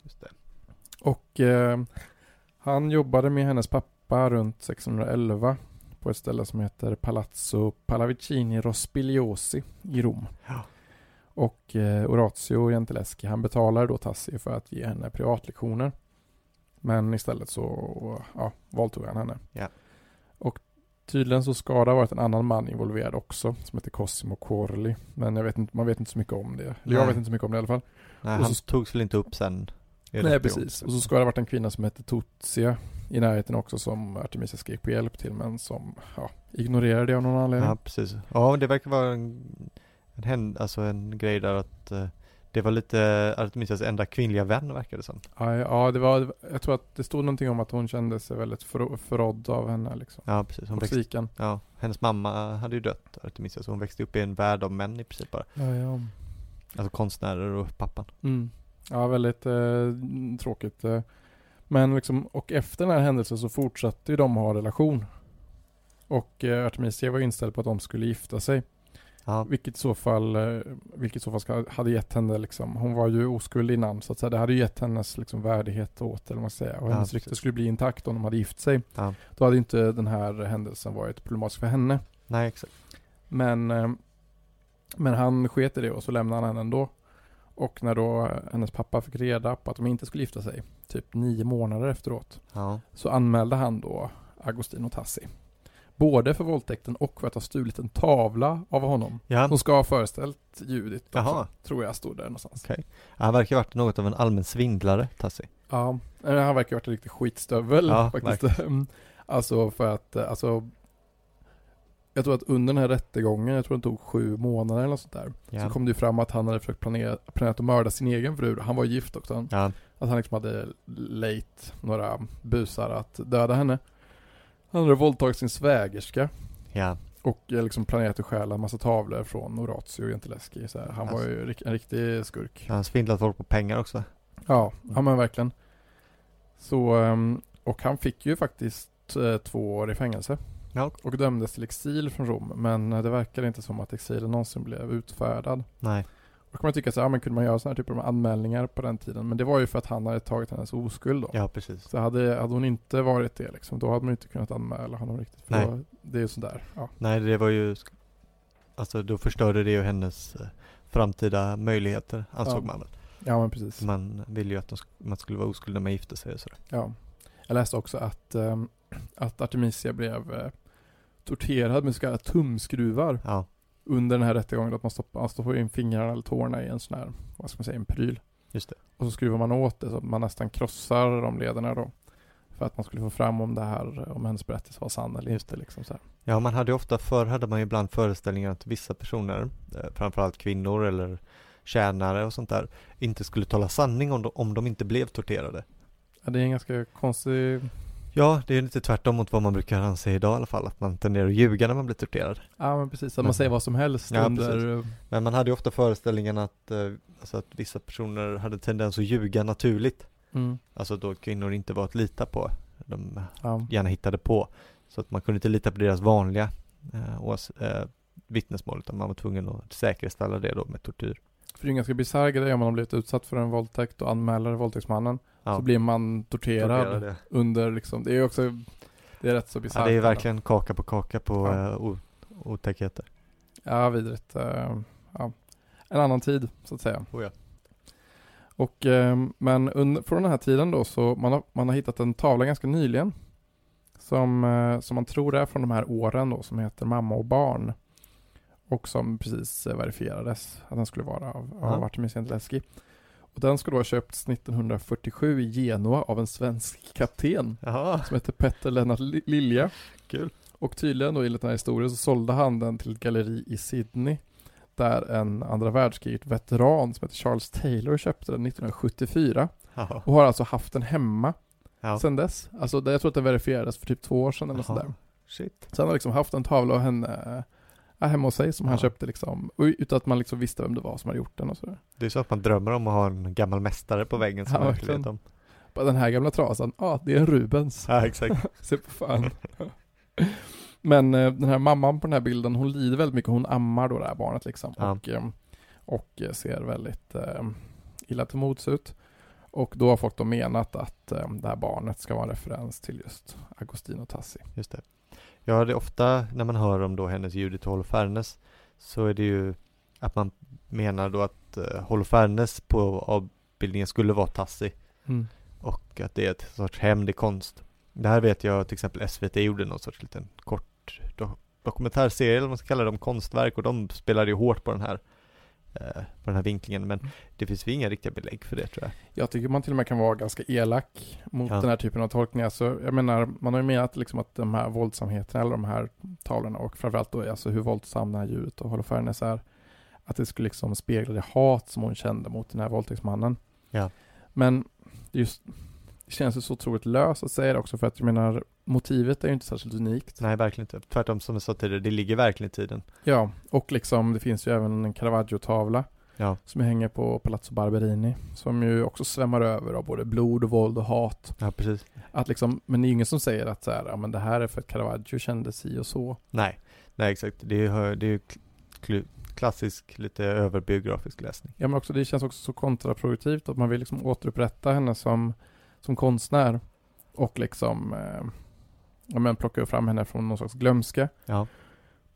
[SPEAKER 1] Just det.
[SPEAKER 2] Och eh, han jobbade med hennes pappa runt 611 på ett ställe som heter Palazzo Pallavicini Rospigliosi i Rom.
[SPEAKER 1] Ja.
[SPEAKER 2] Och eh, Orazio Gentileschi, han betalade då Tassi för att ge henne privatlektioner. Men istället så ja, våldtog han henne.
[SPEAKER 1] Ja.
[SPEAKER 2] Och tydligen så ska det ha varit en annan man involverad också som heter Cosimo Corli. Men jag vet inte, man vet inte så mycket om det. Eller jag
[SPEAKER 1] Nej.
[SPEAKER 2] vet inte så mycket om det i alla fall.
[SPEAKER 1] Nej,
[SPEAKER 2] Och
[SPEAKER 1] han
[SPEAKER 2] så-
[SPEAKER 1] togs väl inte upp sen? i
[SPEAKER 2] Nej,
[SPEAKER 1] rättegång.
[SPEAKER 2] precis. Och så ska det ha varit en kvinna som hette Tutsia i närheten också som Artemisia skrek på hjälp till men som ja, ignorerade det av någon anledning.
[SPEAKER 1] Ja, precis. Ja, det verkar vara en, en, händ, alltså en grej där att eh, Det var lite Artemidas enda kvinnliga vän verkar det som.
[SPEAKER 2] Ja, ja, det var, jag tror att det stod någonting om att hon kände sig väldigt för, förrådd av henne liksom.
[SPEAKER 1] Ja, precis. Hon
[SPEAKER 2] Och
[SPEAKER 1] växte,
[SPEAKER 2] sviken.
[SPEAKER 1] ja, hennes mamma hade ju dött, Artemisia, så hon växte upp i en värld av män i princip bara.
[SPEAKER 2] Ja, ja.
[SPEAKER 1] Alltså konstnärer och pappan.
[SPEAKER 2] Mm. Ja, väldigt eh, tråkigt. eh. Men liksom, och efter den här händelsen så fortsatte ju de ha relation. Och eh, Artemisia var inställd på att de skulle gifta sig.
[SPEAKER 1] Ja,
[SPEAKER 2] Vilket i så fall, eh, vilket i så fall ska, hade gett henne liksom, hon var ju oskuld innan så att säga. Det hade ju gett hennes liksom, värdighet åt eller vad man ska säga. Och
[SPEAKER 1] Ja,
[SPEAKER 2] hennes
[SPEAKER 1] precis.
[SPEAKER 2] rykte skulle bli intakt om de hade gift sig.
[SPEAKER 1] Ja.
[SPEAKER 2] Då hade ju inte den här händelsen varit problematisk för henne.
[SPEAKER 1] nej exakt.
[SPEAKER 2] Men, eh, men han sket i det och så lämnade han henne ändå. Och när då eh, hennes pappa fick reda på att de inte skulle gifta sig, typ nio månader efteråt,
[SPEAKER 1] Ja,
[SPEAKER 2] så anmälde han då Agostino Tassi. Både för våldtäkten och för att ha stulit en tavla av honom.
[SPEAKER 1] ja.
[SPEAKER 2] Hon ska ha föreställt Judit också,
[SPEAKER 1] Jaha.
[SPEAKER 2] tror jag stod där någonstans.
[SPEAKER 1] Okej. Han verkar ha varit något av en allmän svindlare, Tassi.
[SPEAKER 2] Ja, men han verkar ha varit en riktig skitstövel
[SPEAKER 1] Ja,
[SPEAKER 2] faktiskt. Mm. Alltså för att, eh, alltså jag tror att under den här rättegången, jag tror det tog sju månader eller något sånt där, så
[SPEAKER 1] Ja.
[SPEAKER 2] kom det ju fram att han hade försökt planera, planerat att mörda sin egen fru. Han var ju gift också.
[SPEAKER 1] Ja,
[SPEAKER 2] Att han liksom hade lejt några busar att döda henne. Han hade våldtagit sin svägerska
[SPEAKER 1] ja,
[SPEAKER 2] och eh, liksom planerat att stjäla en massa tavlor från Horatio Gentileschi. Så här. Han
[SPEAKER 1] Alltså.
[SPEAKER 2] var ju rik- en riktig skurk.
[SPEAKER 1] han har svindlat folk på pengar också.
[SPEAKER 2] Ja, ja men verkligen. Så, ehm, och han fick ju faktiskt eh, två år i fängelse.
[SPEAKER 1] Ja.
[SPEAKER 2] Och dömdes till exil från Rom. Men eh, det verkar inte som att exilen någonsin blev utfärdad.
[SPEAKER 1] Nej,
[SPEAKER 2] Då kan man tycka så här, ja, men kunde man göra sådana här typer av anmälningar på den tiden? Men det var ju för att han hade tagit hennes oskuld då.
[SPEAKER 1] ja precis.
[SPEAKER 2] Så hade, hade hon inte varit det liksom, då hade man inte kunnat anmäla honom riktigt. För
[SPEAKER 1] Nej.
[SPEAKER 2] Då, det är ju sådär. Ja.
[SPEAKER 1] Nej, det var ju, alltså då förstörde det ju hennes eh, framtida möjligheter, ansåg
[SPEAKER 2] Ja.
[SPEAKER 1] man väl.
[SPEAKER 2] ja, men precis.
[SPEAKER 1] Man ville ju att de sk- man skulle vara oskuld när man gifte sig och sådär.
[SPEAKER 2] Ja. Jag läste också att, ehm, att Artemisia blev eh, torterad med så kallade tumskruvar
[SPEAKER 1] Ja,
[SPEAKER 2] under den här rättegången. Att man stoppar, alltså, man stoppar in fingrarna eller tårna i en sån här, vad ska man säga, en pryl.
[SPEAKER 1] just det.
[SPEAKER 2] Och så skruvar man åt det så att man nästan krossar de lederna då. För att man skulle få fram om det här, om hennes berättelse var sann eller inte. Liksom så här.
[SPEAKER 1] Ja, man hade ju ofta, förr hade man ju ibland föreställningar att vissa personer, eh, framförallt kvinnor eller tjänare och sånt där, inte skulle tala sanning om de, om de inte blev torterade.
[SPEAKER 2] Ja, det är en ganska konstig...
[SPEAKER 1] Ja, det är lite tvärtom mot vad man brukar anse idag i alla fall, att man tenderar att ljuga när man blir torterad.
[SPEAKER 2] Ja men precis, att
[SPEAKER 1] Men-
[SPEAKER 2] man säger vad som helst
[SPEAKER 1] Mm. Ja,
[SPEAKER 2] under...
[SPEAKER 1] Men man hade ju ofta föreställningen att, eh, alltså att vissa personer hade tendens att ljuga naturligt.
[SPEAKER 2] Mm,
[SPEAKER 1] Alltså då kvinnor inte var att lita på. De
[SPEAKER 2] ja,
[SPEAKER 1] gärna hittade på. Så att man kunde inte lita på deras vanliga eh, ås, eh, vittnesmål utan man var tvungen att säkerställa det då med tortyr.
[SPEAKER 2] för det är en ganska bisarr grej om man har blivit utsatt för en våldtäkt och anmäler våldtäktsmannen.
[SPEAKER 1] Ja,
[SPEAKER 2] Så blir man torterad
[SPEAKER 1] torterade.
[SPEAKER 2] under liksom, det är också... Det är rätt så bisarrt.
[SPEAKER 1] ja, det är verkligen kaka på kaka på
[SPEAKER 2] Ja.
[SPEAKER 1] eh, o- otäckheter.
[SPEAKER 2] Ja, vidrigt. eh, Ja. En annan tid, så att säga.
[SPEAKER 1] Oh ja.
[SPEAKER 2] Och, eh, men under, från den här tiden då så man har man har hittat en tavla ganska nyligen. Som, eh, som man tror är från de här åren då som heter Mamma och barn. Och som precis eh, verifierades att den skulle vara av, av
[SPEAKER 1] Ja.
[SPEAKER 2] Artemis Gentileschi. Och den ska då ha köpts 1947 i Genua av en svensk kapten
[SPEAKER 1] Jaha,
[SPEAKER 2] som heter Petter Lennart Li- Lilja.
[SPEAKER 1] kul.
[SPEAKER 2] Och tydligen då enligt den här historien så sålde han den till ett galleri i Sydney. Där en andra världskriget veteran som heter Charles Taylor köpte den 1974.
[SPEAKER 1] Ja.
[SPEAKER 2] Och har alltså haft den hemma
[SPEAKER 1] Ja.
[SPEAKER 2] sedan dess. Alltså det- jag tror att den verifierades för typ två år sedan eller
[SPEAKER 1] Jaha.
[SPEAKER 2] sådär.
[SPEAKER 1] Shit.
[SPEAKER 2] Så han har liksom haft en tavla av henne äh, hemma hos sig som han
[SPEAKER 1] Ja.
[SPEAKER 2] köpte liksom. och Utan att man liksom visste vem det var som hade gjort den och sådär.
[SPEAKER 1] Det är så att man drömmer om att ha en gammal mästare på väggen som
[SPEAKER 2] Ja,
[SPEAKER 1] man inte vet
[SPEAKER 2] verkligen.
[SPEAKER 1] om.
[SPEAKER 2] Bara Den här gamla trasan, ja ah, det är en Rubens.
[SPEAKER 1] Ja, exakt.
[SPEAKER 2] Se på fan. Men eh, den här mamman på den här bilden, hon lider väldigt mycket. Hon ammar då det här barnet liksom.
[SPEAKER 1] Ja.
[SPEAKER 2] Och, eh, och eh, ser väldigt eh, illa till mods ut. Och då har folk då menat att eh, det här barnet ska vara en referens till just Agostino Tassi.
[SPEAKER 1] Just det. Ja, det är ofta när man hör om då hennes Judith Holofernes så är det ju att man menar då att eh, Holofernes på avbildningen skulle vara Tassi och att det är ett sorts hämnd i konst. Det här vet jag till exempel SVT gjorde någon sorts liten kort do dokumentärserie eller vad man ska kalla det om konstverk och de spelade ju hårt på den här eh, på den här vinklingen men det finns ju inga riktiga belägg för det tror jag.
[SPEAKER 2] Jag tycker man till och med kan vara ganska elak mot
[SPEAKER 1] Ja.
[SPEAKER 2] den här typen av tolkningar. Så jag menar, man har ju menat liksom att de här våldsamheterna eller de här tavlorna och framförallt då alltså hur våldsam det här djuret och Holofernes är Att det skulle liksom spegla det hat som hon kände mot den här våldtäktsmannen.
[SPEAKER 1] Ja.
[SPEAKER 2] Men det just, det känns ju så otroligt löst att säga det också för att jag menar motivet är ju inte särskilt unikt.
[SPEAKER 1] Nej, verkligen inte. Tvärtom som jag sa tidigare, det ligger verkligen i tiden.
[SPEAKER 2] Ja, och liksom det finns ju även en Caravaggio-tavla
[SPEAKER 1] Ja.
[SPEAKER 2] som hänger på Palazzo Barberini som ju också svämmar över av både blod och våld och hat.
[SPEAKER 1] Ja, precis.
[SPEAKER 2] Att liksom, men det är ju ingen som säger att så här, ja, men det här är för att Caravaggio kände si och så.
[SPEAKER 1] Nej, nej exakt. Det är, det är ju kl- klu- klassisk, lite överbiografisk läsning.
[SPEAKER 2] Ja, men också, det känns också så kontraproduktivt att man vill liksom återupprätta henne som, som konstnär och liksom eh, ja, men plocka fram henne från någon slags glömska.
[SPEAKER 1] Ja,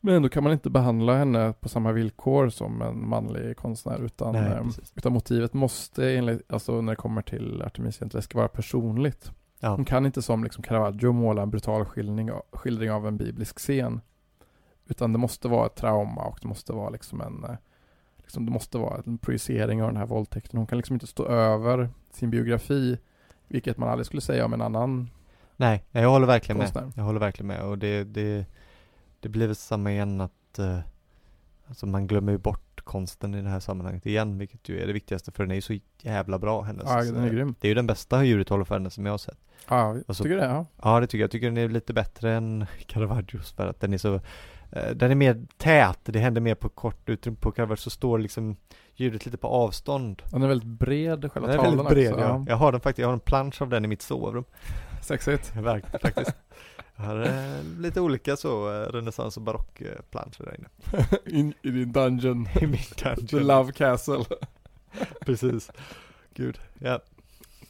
[SPEAKER 2] Men då kan man inte behandla henne på samma villkor som en manlig konstnär utan,
[SPEAKER 1] Nej,
[SPEAKER 2] ehm,
[SPEAKER 1] precis.
[SPEAKER 2] utan motivet måste enligt, alltså när det kommer till Artemisia Antonescu vara personligt.
[SPEAKER 1] Ja.
[SPEAKER 2] Hon kan inte som liksom Caravaggio måla en brutal skildring, av- skildring av en biblisk scen. Utan det måste vara ett trauma och det måste vara liksom en eh, liksom det måste vara en projicering av den här våldtäkten. Hon kan liksom inte stå över sin biografi, vilket man aldrig skulle säga om en annan
[SPEAKER 1] nej, nej, jag håller verkligen med.
[SPEAKER 2] konstnär.
[SPEAKER 1] Jag håller verkligen med och det, det, det blir väl samma igen att eh, alltså man glömmer ju bort konsten i det här sammanhanget igen, vilket ju är det viktigaste för den är ju så jävla bra hennes. eh,
[SPEAKER 2] Ja, den är grym.
[SPEAKER 1] det är ju den bästa djurutolvfärden som jag har sett.
[SPEAKER 2] Ja, jag
[SPEAKER 1] Och så-
[SPEAKER 2] tycker det. Ja.
[SPEAKER 1] Ja, det tycker jag. Jag tycker den är lite bättre än Caravaggios för att den är så eh, den är mer tät, det händer mer på kort utrymme. På Caravaggio så står liksom djuret lite på avstånd.
[SPEAKER 2] Den är väldigt bred, själva
[SPEAKER 1] Den är
[SPEAKER 2] tavlan
[SPEAKER 1] väldigt bred,
[SPEAKER 2] också.
[SPEAKER 1] ja. Jag har den faktiskt, jag har en plansch av den i mitt sovrum.
[SPEAKER 2] Sexigt.
[SPEAKER 1] Verkligen faktiskt. Jag har eh, lite olika så, eh, renässans och barockplanscher där inne.
[SPEAKER 2] In, I din dungeon.
[SPEAKER 1] I min dungeon.
[SPEAKER 2] The Love Castle.
[SPEAKER 1] Precis. Gud, ja.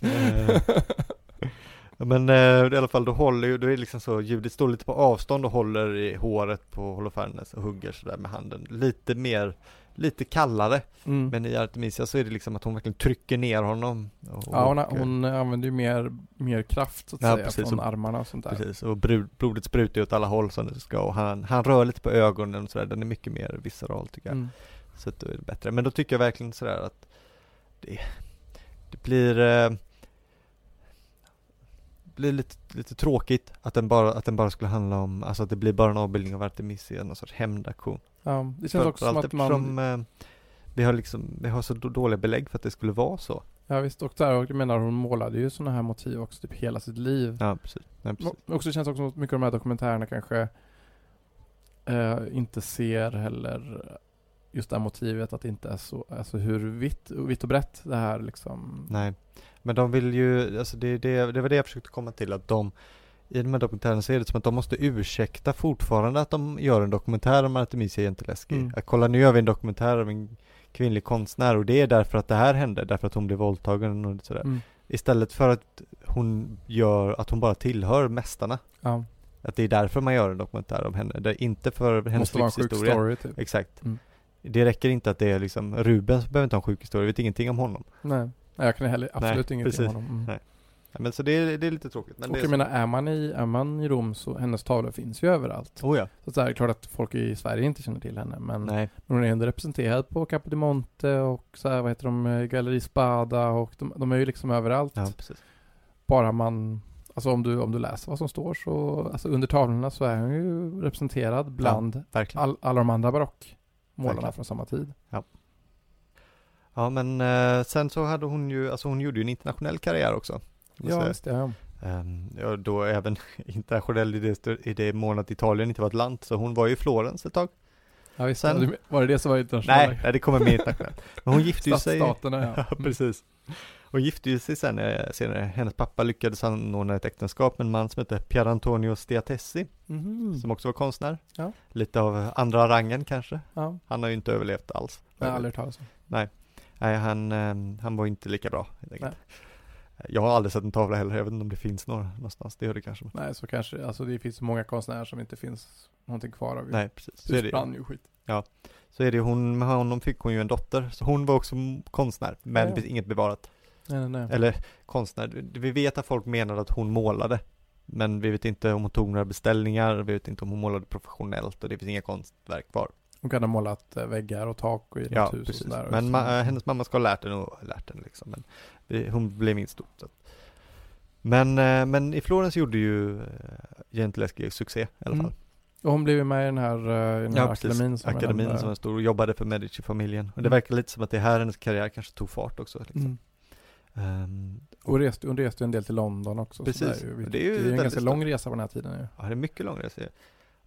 [SPEAKER 1] Eh, Men eh, i alla fall, då håller ju, då är det liksom så, Judit står lite på avstånd och håller i håret på Holofernes och hugger sådär med handen. Lite mer, lite kallare.
[SPEAKER 2] Mm.
[SPEAKER 1] Men i Artemisia så är det liksom att hon verkligen trycker ner honom. Och,
[SPEAKER 2] ja, hon,
[SPEAKER 1] och-
[SPEAKER 2] hon använder ju mer, mer kraft så att
[SPEAKER 1] Ja,
[SPEAKER 2] säga
[SPEAKER 1] precis.
[SPEAKER 2] från
[SPEAKER 1] Och-
[SPEAKER 2] armarna och sånt där.
[SPEAKER 1] Precis, och brud, blodet sprutar ju åt alla håll som det ska och han, han rör lite på ögonen och sådär, den är mycket mer visceral tycker jag.
[SPEAKER 2] Mm.
[SPEAKER 1] Så att då är det bättre. Men då tycker jag verkligen sådär att det, det blir, eh, blir lite, lite tråkigt att den, bara, att den bara skulle handla om, alltså att det blir bara en avbildning av Artemisia, någon sorts hämndaktion.
[SPEAKER 2] Ja, det känns också som
[SPEAKER 1] Framförallt
[SPEAKER 2] att man,
[SPEAKER 1] eftersom, eh, vi har liksom, vi har så då- dåliga belägg för att det skulle vara så.
[SPEAKER 2] ja visst, och där, och jag menar hon målade ju sådana här motiv också typ hela sitt liv.
[SPEAKER 1] Ja, precis. Nej, precis.
[SPEAKER 2] Men också det känns också som att mycket av de här dokumentärerna kanske eh, inte ser heller just det här motivet att det inte är så, alltså hur vitt, vitt och brett det här liksom.
[SPEAKER 1] Nej, men de vill ju, alltså det, det, det var det jag försökte komma till, att de i de här dokumentärerna så är det som att de måste ursäkta fortfarande att de gör en dokumentär om Artemisia Gentileschi.
[SPEAKER 2] Mm.
[SPEAKER 1] Att kolla nu gör vi en dokumentär om en kvinnlig konstnär och det är därför att det här hände, därför att hon blev våldtagen och sådär.
[SPEAKER 2] Mm.
[SPEAKER 1] Istället för att hon gör, att hon bara tillhör mästarna.
[SPEAKER 2] Ja,
[SPEAKER 1] Att det är därför man gör en dokumentär om henne, det är inte för hennes
[SPEAKER 2] måste vara en sjuk
[SPEAKER 1] livshistoria.
[SPEAKER 2] story typ.
[SPEAKER 1] Exakt.
[SPEAKER 2] Mm.
[SPEAKER 1] Det räcker inte att det är liksom, Rubens behöver inte ha en sjuk historia, vi vet ingenting om honom.
[SPEAKER 2] Nej, Nej, jag kan heller absolut
[SPEAKER 1] Nej,
[SPEAKER 2] ingenting
[SPEAKER 1] precis.
[SPEAKER 2] om honom. Mm.
[SPEAKER 1] Nej, Ja, men så det är, det är lite tråkigt. Men
[SPEAKER 2] och
[SPEAKER 1] det är
[SPEAKER 2] jag
[SPEAKER 1] så.
[SPEAKER 2] menar, är man, i, är man i Rom så hennes tavlor finns ju överallt.
[SPEAKER 1] Oh ja.
[SPEAKER 2] Så att det är klart att folk i Sverige inte känner till henne, men
[SPEAKER 1] Nej,
[SPEAKER 2] hon är ändå representerad på Capodimonte och så här, vad heter de, eh, Galleri Spada och de, de är ju liksom överallt.
[SPEAKER 1] ja precis.
[SPEAKER 2] Bara man, alltså om du, om du läser vad som står så, alltså under tavlorna så är hon ju representerad bland
[SPEAKER 1] Verkligen.
[SPEAKER 2] all, alla de andra barockmålarna
[SPEAKER 1] Verkligen.
[SPEAKER 2] från samma tid.
[SPEAKER 1] Ja men eh, sen så hade hon ju, alltså hon gjorde ju en internationell karriär också.
[SPEAKER 2] Ja, visst det. Ja.
[SPEAKER 1] Um, ja, då även internationell i det, stö- i det mån att Italien inte var ett land, så hon var ju i Florens ett tag.
[SPEAKER 2] ja visst,
[SPEAKER 1] Sen-
[SPEAKER 2] Ja, du- var det det som var internationellt?
[SPEAKER 1] Nej, nej det kommer mer internationellt. Men hon gifte ju sig.
[SPEAKER 2] Stadsstaterna ja.
[SPEAKER 1] Ja, precis. Hon gifte ju sig sen, eh, senare. Hennes pappa lyckades anordna ett äktenskap med en man som hette Pier Antonio Stiatessi,
[SPEAKER 2] Mhm.
[SPEAKER 1] som också var konstnär.
[SPEAKER 2] Ja.
[SPEAKER 1] Lite av andra rangen kanske.
[SPEAKER 2] Ja,
[SPEAKER 1] Han har ju inte överlevt alls.
[SPEAKER 2] jag har aldrig hört talas om.
[SPEAKER 1] Nej, han, ehm, han var inte lika bra helt enkelt.
[SPEAKER 2] Nej.
[SPEAKER 1] Jag har aldrig sett en tavla heller, jag vet inte om det finns några någonstans, det gör det kanske.
[SPEAKER 2] Nej, så kanske, alltså det finns så många konstnärer som inte finns någonting kvar av. ju.
[SPEAKER 1] Nej, precis. Så är,
[SPEAKER 2] det
[SPEAKER 1] det,
[SPEAKER 2] brann ju skit.
[SPEAKER 1] så är det, hon, med honom fick hon ju en dotter, så hon var också m- konstnär, men
[SPEAKER 2] Ja, ja.
[SPEAKER 1] det finns inget bevarat.
[SPEAKER 2] Nej, nej, nej.
[SPEAKER 1] Eller konstnär, Det- vi vet att folk menade att hon målade, men vi vet inte om hon tog några beställningar, vi vet inte om hon målade professionellt och det finns inga konstverk kvar.
[SPEAKER 2] Hon kan ha målat eh, väggar och tak och i
[SPEAKER 1] Ja,
[SPEAKER 2] något hus
[SPEAKER 1] precis.
[SPEAKER 2] och liksom- sådär.
[SPEAKER 1] Men
[SPEAKER 2] Så-
[SPEAKER 1] ma- eh, hennes mamma ska ha lärt henne och lärt henne liksom. Men det, hon blev minst stor. Så. att- Men, eh, men i Florens gjorde ju eh, Gentileschi succé i alla
[SPEAKER 2] Mm.
[SPEAKER 1] fall.
[SPEAKER 2] Och hon blev ju med i den här, eh, i den här
[SPEAKER 1] Ja, precis.
[SPEAKER 2] akademin. Som är den,
[SPEAKER 1] Akademin
[SPEAKER 2] eh,
[SPEAKER 1] som är stor och jobbade för Medici-familjen. Och det
[SPEAKER 2] Mm.
[SPEAKER 1] verkar lite som att det är här hennes karriär kanske tog fart också. Liksom.
[SPEAKER 2] mm.
[SPEAKER 1] Ehm,
[SPEAKER 2] Och reste, hon reste ju en del till London också. så
[SPEAKER 1] Precis.
[SPEAKER 2] där ju,
[SPEAKER 1] Och
[SPEAKER 2] vilket-
[SPEAKER 1] det är ju
[SPEAKER 2] en
[SPEAKER 1] väldigt
[SPEAKER 2] ganska
[SPEAKER 1] stort.
[SPEAKER 2] lång resa på den här tiden ju.
[SPEAKER 1] ja, det är mycket långa serier.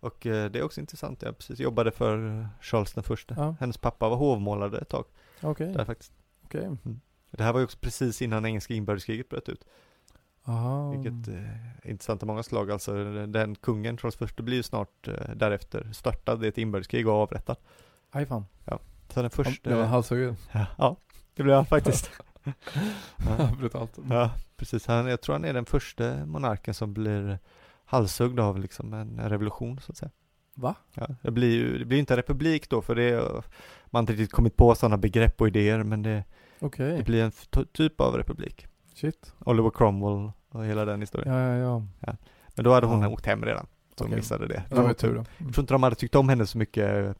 [SPEAKER 1] Och eh, det är också intressant, jag precis jobbade för eh, Charles den första.
[SPEAKER 2] Ja,
[SPEAKER 1] Hennes pappa var hovmålare ett tag
[SPEAKER 2] okej.
[SPEAKER 1] där faktiskt.
[SPEAKER 2] Okej.
[SPEAKER 1] Det här var ju också precis innan engelska inbördeskriget bröt ut.
[SPEAKER 2] Aha.
[SPEAKER 1] Vilket
[SPEAKER 2] Mm.
[SPEAKER 1] eh, är intressant i många slag. Alltså den den kungen, Charles första, blir ju snart eh, därefter störtad i ett inbördeskrig och avrättad.
[SPEAKER 2] Aj fan.
[SPEAKER 1] Så den
[SPEAKER 2] Han
[SPEAKER 1] första...
[SPEAKER 2] blev han halshuggen.
[SPEAKER 1] Ja, det blev han faktiskt. Ja.
[SPEAKER 2] Brutalt. Mm.
[SPEAKER 1] Ja, precis. Han, jag tror han är den första monarken som blir halshuggd av liksom en revolution så att säga.
[SPEAKER 2] Va?
[SPEAKER 1] Ja, det blir ju det blir inte en republik då för det är, man har inte riktigt kommit på sådana begrepp och idéer men det,
[SPEAKER 2] Okej.
[SPEAKER 1] det blir en f- t- typ av republik.
[SPEAKER 2] Shit.
[SPEAKER 1] Oliver Cromwell och hela den historien.
[SPEAKER 2] Ja, ja, ja.
[SPEAKER 1] Men då hade hon
[SPEAKER 2] Ja.
[SPEAKER 1] åkt hem redan. Så hon
[SPEAKER 2] Okej.
[SPEAKER 1] missade det.
[SPEAKER 2] Det var ju tur då. Mm.
[SPEAKER 1] Jag tror inte de hade tyckt om henne så mycket eh,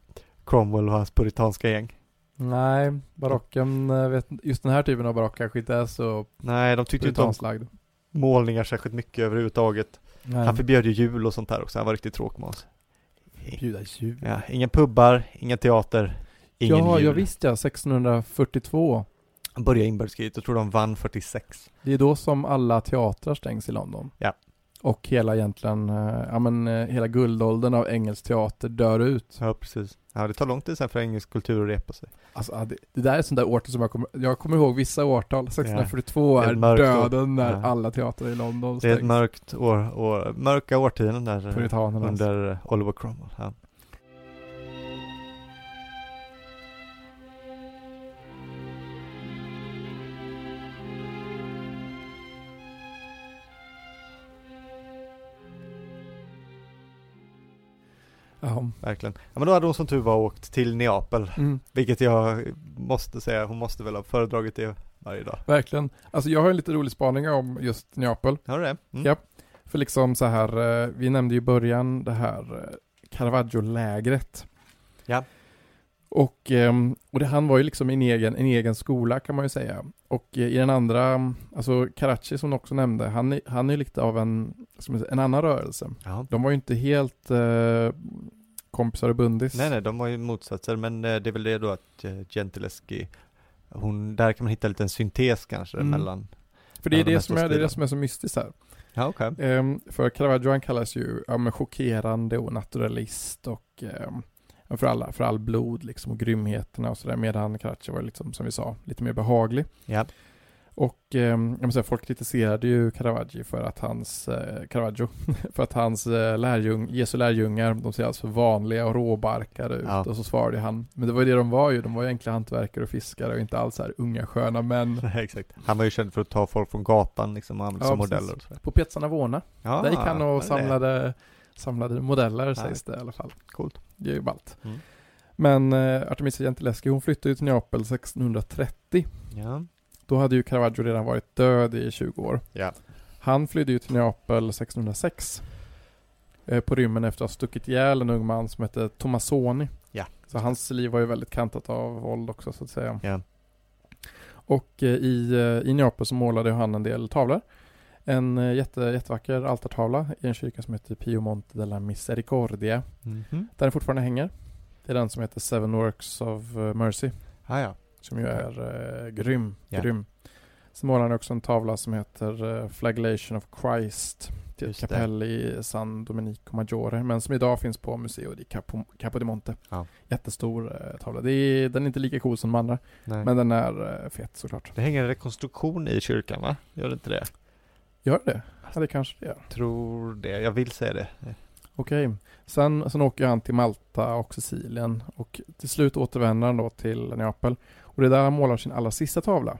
[SPEAKER 1] Cromwell och hans puritanska gäng.
[SPEAKER 2] Nej, barocken, eh, vet, inte- just den här typen av barock kanske inte är så
[SPEAKER 1] Nej, de tyckte ju inte om
[SPEAKER 2] britanslagd.
[SPEAKER 1] målningar särskilt mycket överhuvudtaget. Han
[SPEAKER 2] Nej.
[SPEAKER 1] förbjöd ju jul och sånt där också. Han var riktigt tråkig med oss.
[SPEAKER 2] Bjuda jul.
[SPEAKER 1] Ja, ingen pubbar, ingen teater, ingen
[SPEAKER 2] ja,
[SPEAKER 1] jul.
[SPEAKER 2] jag visste ja, 1642.
[SPEAKER 1] Började inbördeskriget, jag tror de vann 46.
[SPEAKER 2] Det är då som alla teatrar stängs i London.
[SPEAKER 1] Ja.
[SPEAKER 2] Och hela egentligen, eh, ja men eh, hela guldåldern av engelsk teater dör ut.
[SPEAKER 1] Ja, precis. Ja, det tar lång tid sen för engelsk kultur att repa sig.
[SPEAKER 2] Alltså ja, det, det där är sånt där årtal som jag kommer, jag kommer ihåg vissa årtal. 1642
[SPEAKER 1] Det är ett
[SPEAKER 2] är
[SPEAKER 1] mörkt år.
[SPEAKER 2] döden när
[SPEAKER 1] Ja.
[SPEAKER 2] alla teatrar i London
[SPEAKER 1] Det är ett
[SPEAKER 2] stängs.
[SPEAKER 1] mörkt år, år mörka årtionden där eh,
[SPEAKER 2] Puritanerna. alltså.
[SPEAKER 1] under eh, Oliver Cromwell. Ja.
[SPEAKER 2] Ja.
[SPEAKER 1] Verkligen. Ja, men då hade hon som tur var åkt till Neapel,
[SPEAKER 2] Mm.
[SPEAKER 1] vilket jag måste säga, hon måste väl ha föredragit det varje dag.
[SPEAKER 2] Verkligen. Alltså jag har en lite rolig spaning om just Neapel.
[SPEAKER 1] Har du det? Mm.
[SPEAKER 2] Ja. För liksom så här, eh, vi nämnde ju i början det här eh, Caravaggio-lägret.
[SPEAKER 1] Ja.
[SPEAKER 2] Och, ehm, och det, han var ju liksom en egen, en egen skola kan man ju säga. Och eh, i den andra, alltså Karachi som du också nämnde, han, är- han är ju lite av en, som en annan rörelse.
[SPEAKER 1] Ja.
[SPEAKER 2] De var ju inte helt eh, kompisar och bundis.
[SPEAKER 1] Nej, nej, de var ju motsatser, men eh, det är väl det då att eh, Gentileschi, hon, där kan man hitta en liten syntes kanske
[SPEAKER 2] Mm.
[SPEAKER 1] mellan.
[SPEAKER 2] För det är,
[SPEAKER 1] Ja, de
[SPEAKER 2] det,
[SPEAKER 1] här
[SPEAKER 2] som är, det är
[SPEAKER 1] stilarna.
[SPEAKER 2] det som är så mystiskt här.
[SPEAKER 1] Ja, okej.
[SPEAKER 2] Ehm, för Caravaggio han kallas ju ja, men chockerande och naturalist och ehm, ja, för, alla, för all blod liksom och grymheterna och sådär. Medan Caravaggio var liksom, som vi sa, lite mer behaglig.
[SPEAKER 1] Ja.
[SPEAKER 2] Och ehm, jag måste säga, folk kritiserade ju Caravaggio för att hans, eh, Caravaggio, för att hans eh, lärjung, Jesu lärjungar, de ser alltså vanliga och råbarkade ut.
[SPEAKER 1] Ja.
[SPEAKER 2] Och så svarade han, men det var ju det de var ju, de var ju enkla hantverkare och fiskare och inte alls så här unga sköna män.
[SPEAKER 1] Nej, exakt. Han var ju känd för att ta folk från gatan liksom och använda
[SPEAKER 2] Ja,
[SPEAKER 1] som
[SPEAKER 2] precis.
[SPEAKER 1] modeller. Och sådär.
[SPEAKER 2] På Piazza Navona
[SPEAKER 1] ja,
[SPEAKER 2] Där gick han
[SPEAKER 1] var det
[SPEAKER 2] och
[SPEAKER 1] det?
[SPEAKER 2] samlade, samlade modeller sägs det i alla fall.
[SPEAKER 1] Coolt.
[SPEAKER 2] Det är ju ballt.
[SPEAKER 1] Mm.
[SPEAKER 2] Men eh, Artemisia Gentileschi hon flyttade ju till Neapel 1630.
[SPEAKER 1] Ja.
[SPEAKER 2] Då hade ju Caravaggio redan varit död i 20 år.
[SPEAKER 1] Ja.
[SPEAKER 2] Han flydde ju till Neapel 1606. Eh, på rymmen efter att ha stuckit ihjäl en ung man som hette Tommasoni.
[SPEAKER 1] Ja.
[SPEAKER 2] Så hans liv var ju väldigt kantat av våld också så att säga.
[SPEAKER 1] Ja.
[SPEAKER 2] Och eh, i, eh, i Neapel så målade han en del tavlor. En eh, jätte, jättevacker altartavla i en kyrka som heter Piemonte della Misericordia.
[SPEAKER 1] Mhm.
[SPEAKER 2] Där den fortfarande hänger. Det är den som heter Seven Works of eh, Mercy.
[SPEAKER 1] Ah, ja.
[SPEAKER 2] Som ju är eh, grym.
[SPEAKER 1] Ja.
[SPEAKER 2] grym. Sen målar han också en tavla som heter eh, Flagellation of Christ. Till ett
[SPEAKER 1] Just det.
[SPEAKER 2] kapell i San Domenico Maggiore. Men som idag finns på Museo di Capo, Capodimonte.
[SPEAKER 1] Ja.
[SPEAKER 2] Jättestor eh, tavla. Det är, den är inte lika cool som de andra.
[SPEAKER 1] Nej.
[SPEAKER 2] Men den är eh, fet såklart.
[SPEAKER 1] Det hänger en rekonstruktion i kyrkan va? Gör det inte det?
[SPEAKER 2] Gör det?
[SPEAKER 1] Alltså.
[SPEAKER 2] Ja, det kanske det gör.
[SPEAKER 1] Tror det. Jag vill säga det.
[SPEAKER 2] Okej. Sen, sen åker han till Malta och Sicilien. Och till slut återvänder han då till Neapel. Och det är där han målar sin allra sista tavla.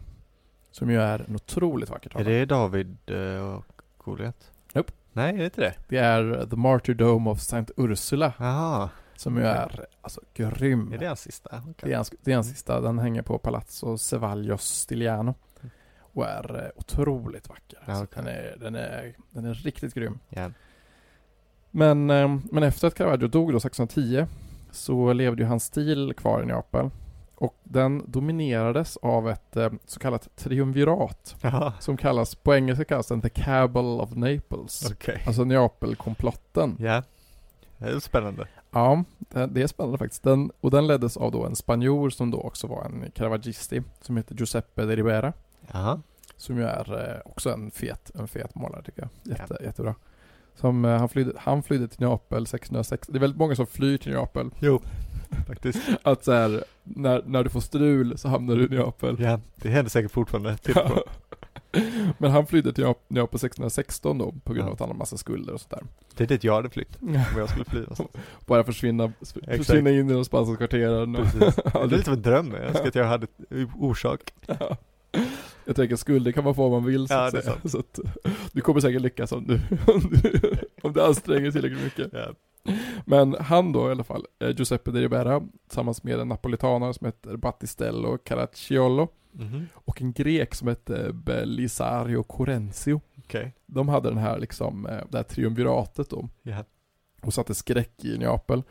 [SPEAKER 2] Som ju är en otroligt vacker
[SPEAKER 1] Är
[SPEAKER 2] tavla.
[SPEAKER 1] det David eh, och Goliat?
[SPEAKER 2] Nope.
[SPEAKER 1] Nej, är det inte det?
[SPEAKER 2] Det är The Martyrdom of Saint Ursula
[SPEAKER 1] Jaha,
[SPEAKER 2] som ju är alltså grym.
[SPEAKER 1] är det hans sista?
[SPEAKER 2] Det är hans, det är hans sista, den hänger på Palazzo Cevallos Stiliano. Och är eh, otroligt vacker.
[SPEAKER 1] Mm. Ja,
[SPEAKER 2] Alltså,
[SPEAKER 1] okej.
[SPEAKER 2] den, är, den, är, den är riktigt grym.
[SPEAKER 1] Ja.
[SPEAKER 2] Men, eh, men efter att Caravaggio dog då 1610 så levde ju hans stil kvar i Neapel. Och den dominerades av ett eh, så kallat triumvirat
[SPEAKER 1] Jaha,
[SPEAKER 2] som kallas, på engelska kallas den The Cabal of Naples.
[SPEAKER 1] okej.
[SPEAKER 2] Alltså Neapelkomplotten.
[SPEAKER 1] Ja, Det är spännande.
[SPEAKER 2] Ja, det det är spännande faktiskt. Den, och den leddes av då en spanjor som då också var en Caravaggisti som heter Giuseppe de Ribera.
[SPEAKER 1] Jaha.
[SPEAKER 2] Som ju är eh, också en fet, en fet målare tycker jag. Jätte, Jättebra. Som, eh, han, flydde, han flydde till Neapel 1606. Det är väldigt många som flyr till Neapel.
[SPEAKER 1] Jo, faktiskt.
[SPEAKER 2] Att så här, när, när du får strul så hamnar du i Neapel.
[SPEAKER 1] Ja, det händer säkert fortfarande. Typ.
[SPEAKER 2] Ja. Men han flydde till Neap- Neapel 1616 då på grund av
[SPEAKER 1] Ja.
[SPEAKER 2] att han har massa skulder och sånt där.
[SPEAKER 1] Det är dit jag hade flytt om jag skulle fly någonstans.
[SPEAKER 2] Bara försvinna, försvinna in i de spanska kvarteren. och-
[SPEAKER 1] Precis. Det
[SPEAKER 2] Ja,
[SPEAKER 1] är
[SPEAKER 2] det-
[SPEAKER 1] lite av en dröm. Jag önskar att jag hade ett orsak.
[SPEAKER 2] Ja. Jag tänker skulder kan man få om man vill så
[SPEAKER 1] Ja,
[SPEAKER 2] att
[SPEAKER 1] det är
[SPEAKER 2] säga. Så att, du kommer säkert lyckas om du, om du, om du anstränger dig tillräckligt mycket.
[SPEAKER 1] Ja.
[SPEAKER 2] Men han då i alla fall, eh, Giuseppe de Ribera, tillsammans med en napolitanare som heter Battistello Caracciolo
[SPEAKER 1] Mhm.
[SPEAKER 2] och en grek som hette Belisario Corenzio.
[SPEAKER 1] Okej.
[SPEAKER 2] De hade den här liksom, eh, det här triumviratet då
[SPEAKER 1] Ja.
[SPEAKER 2] och satte skräck i Neapel.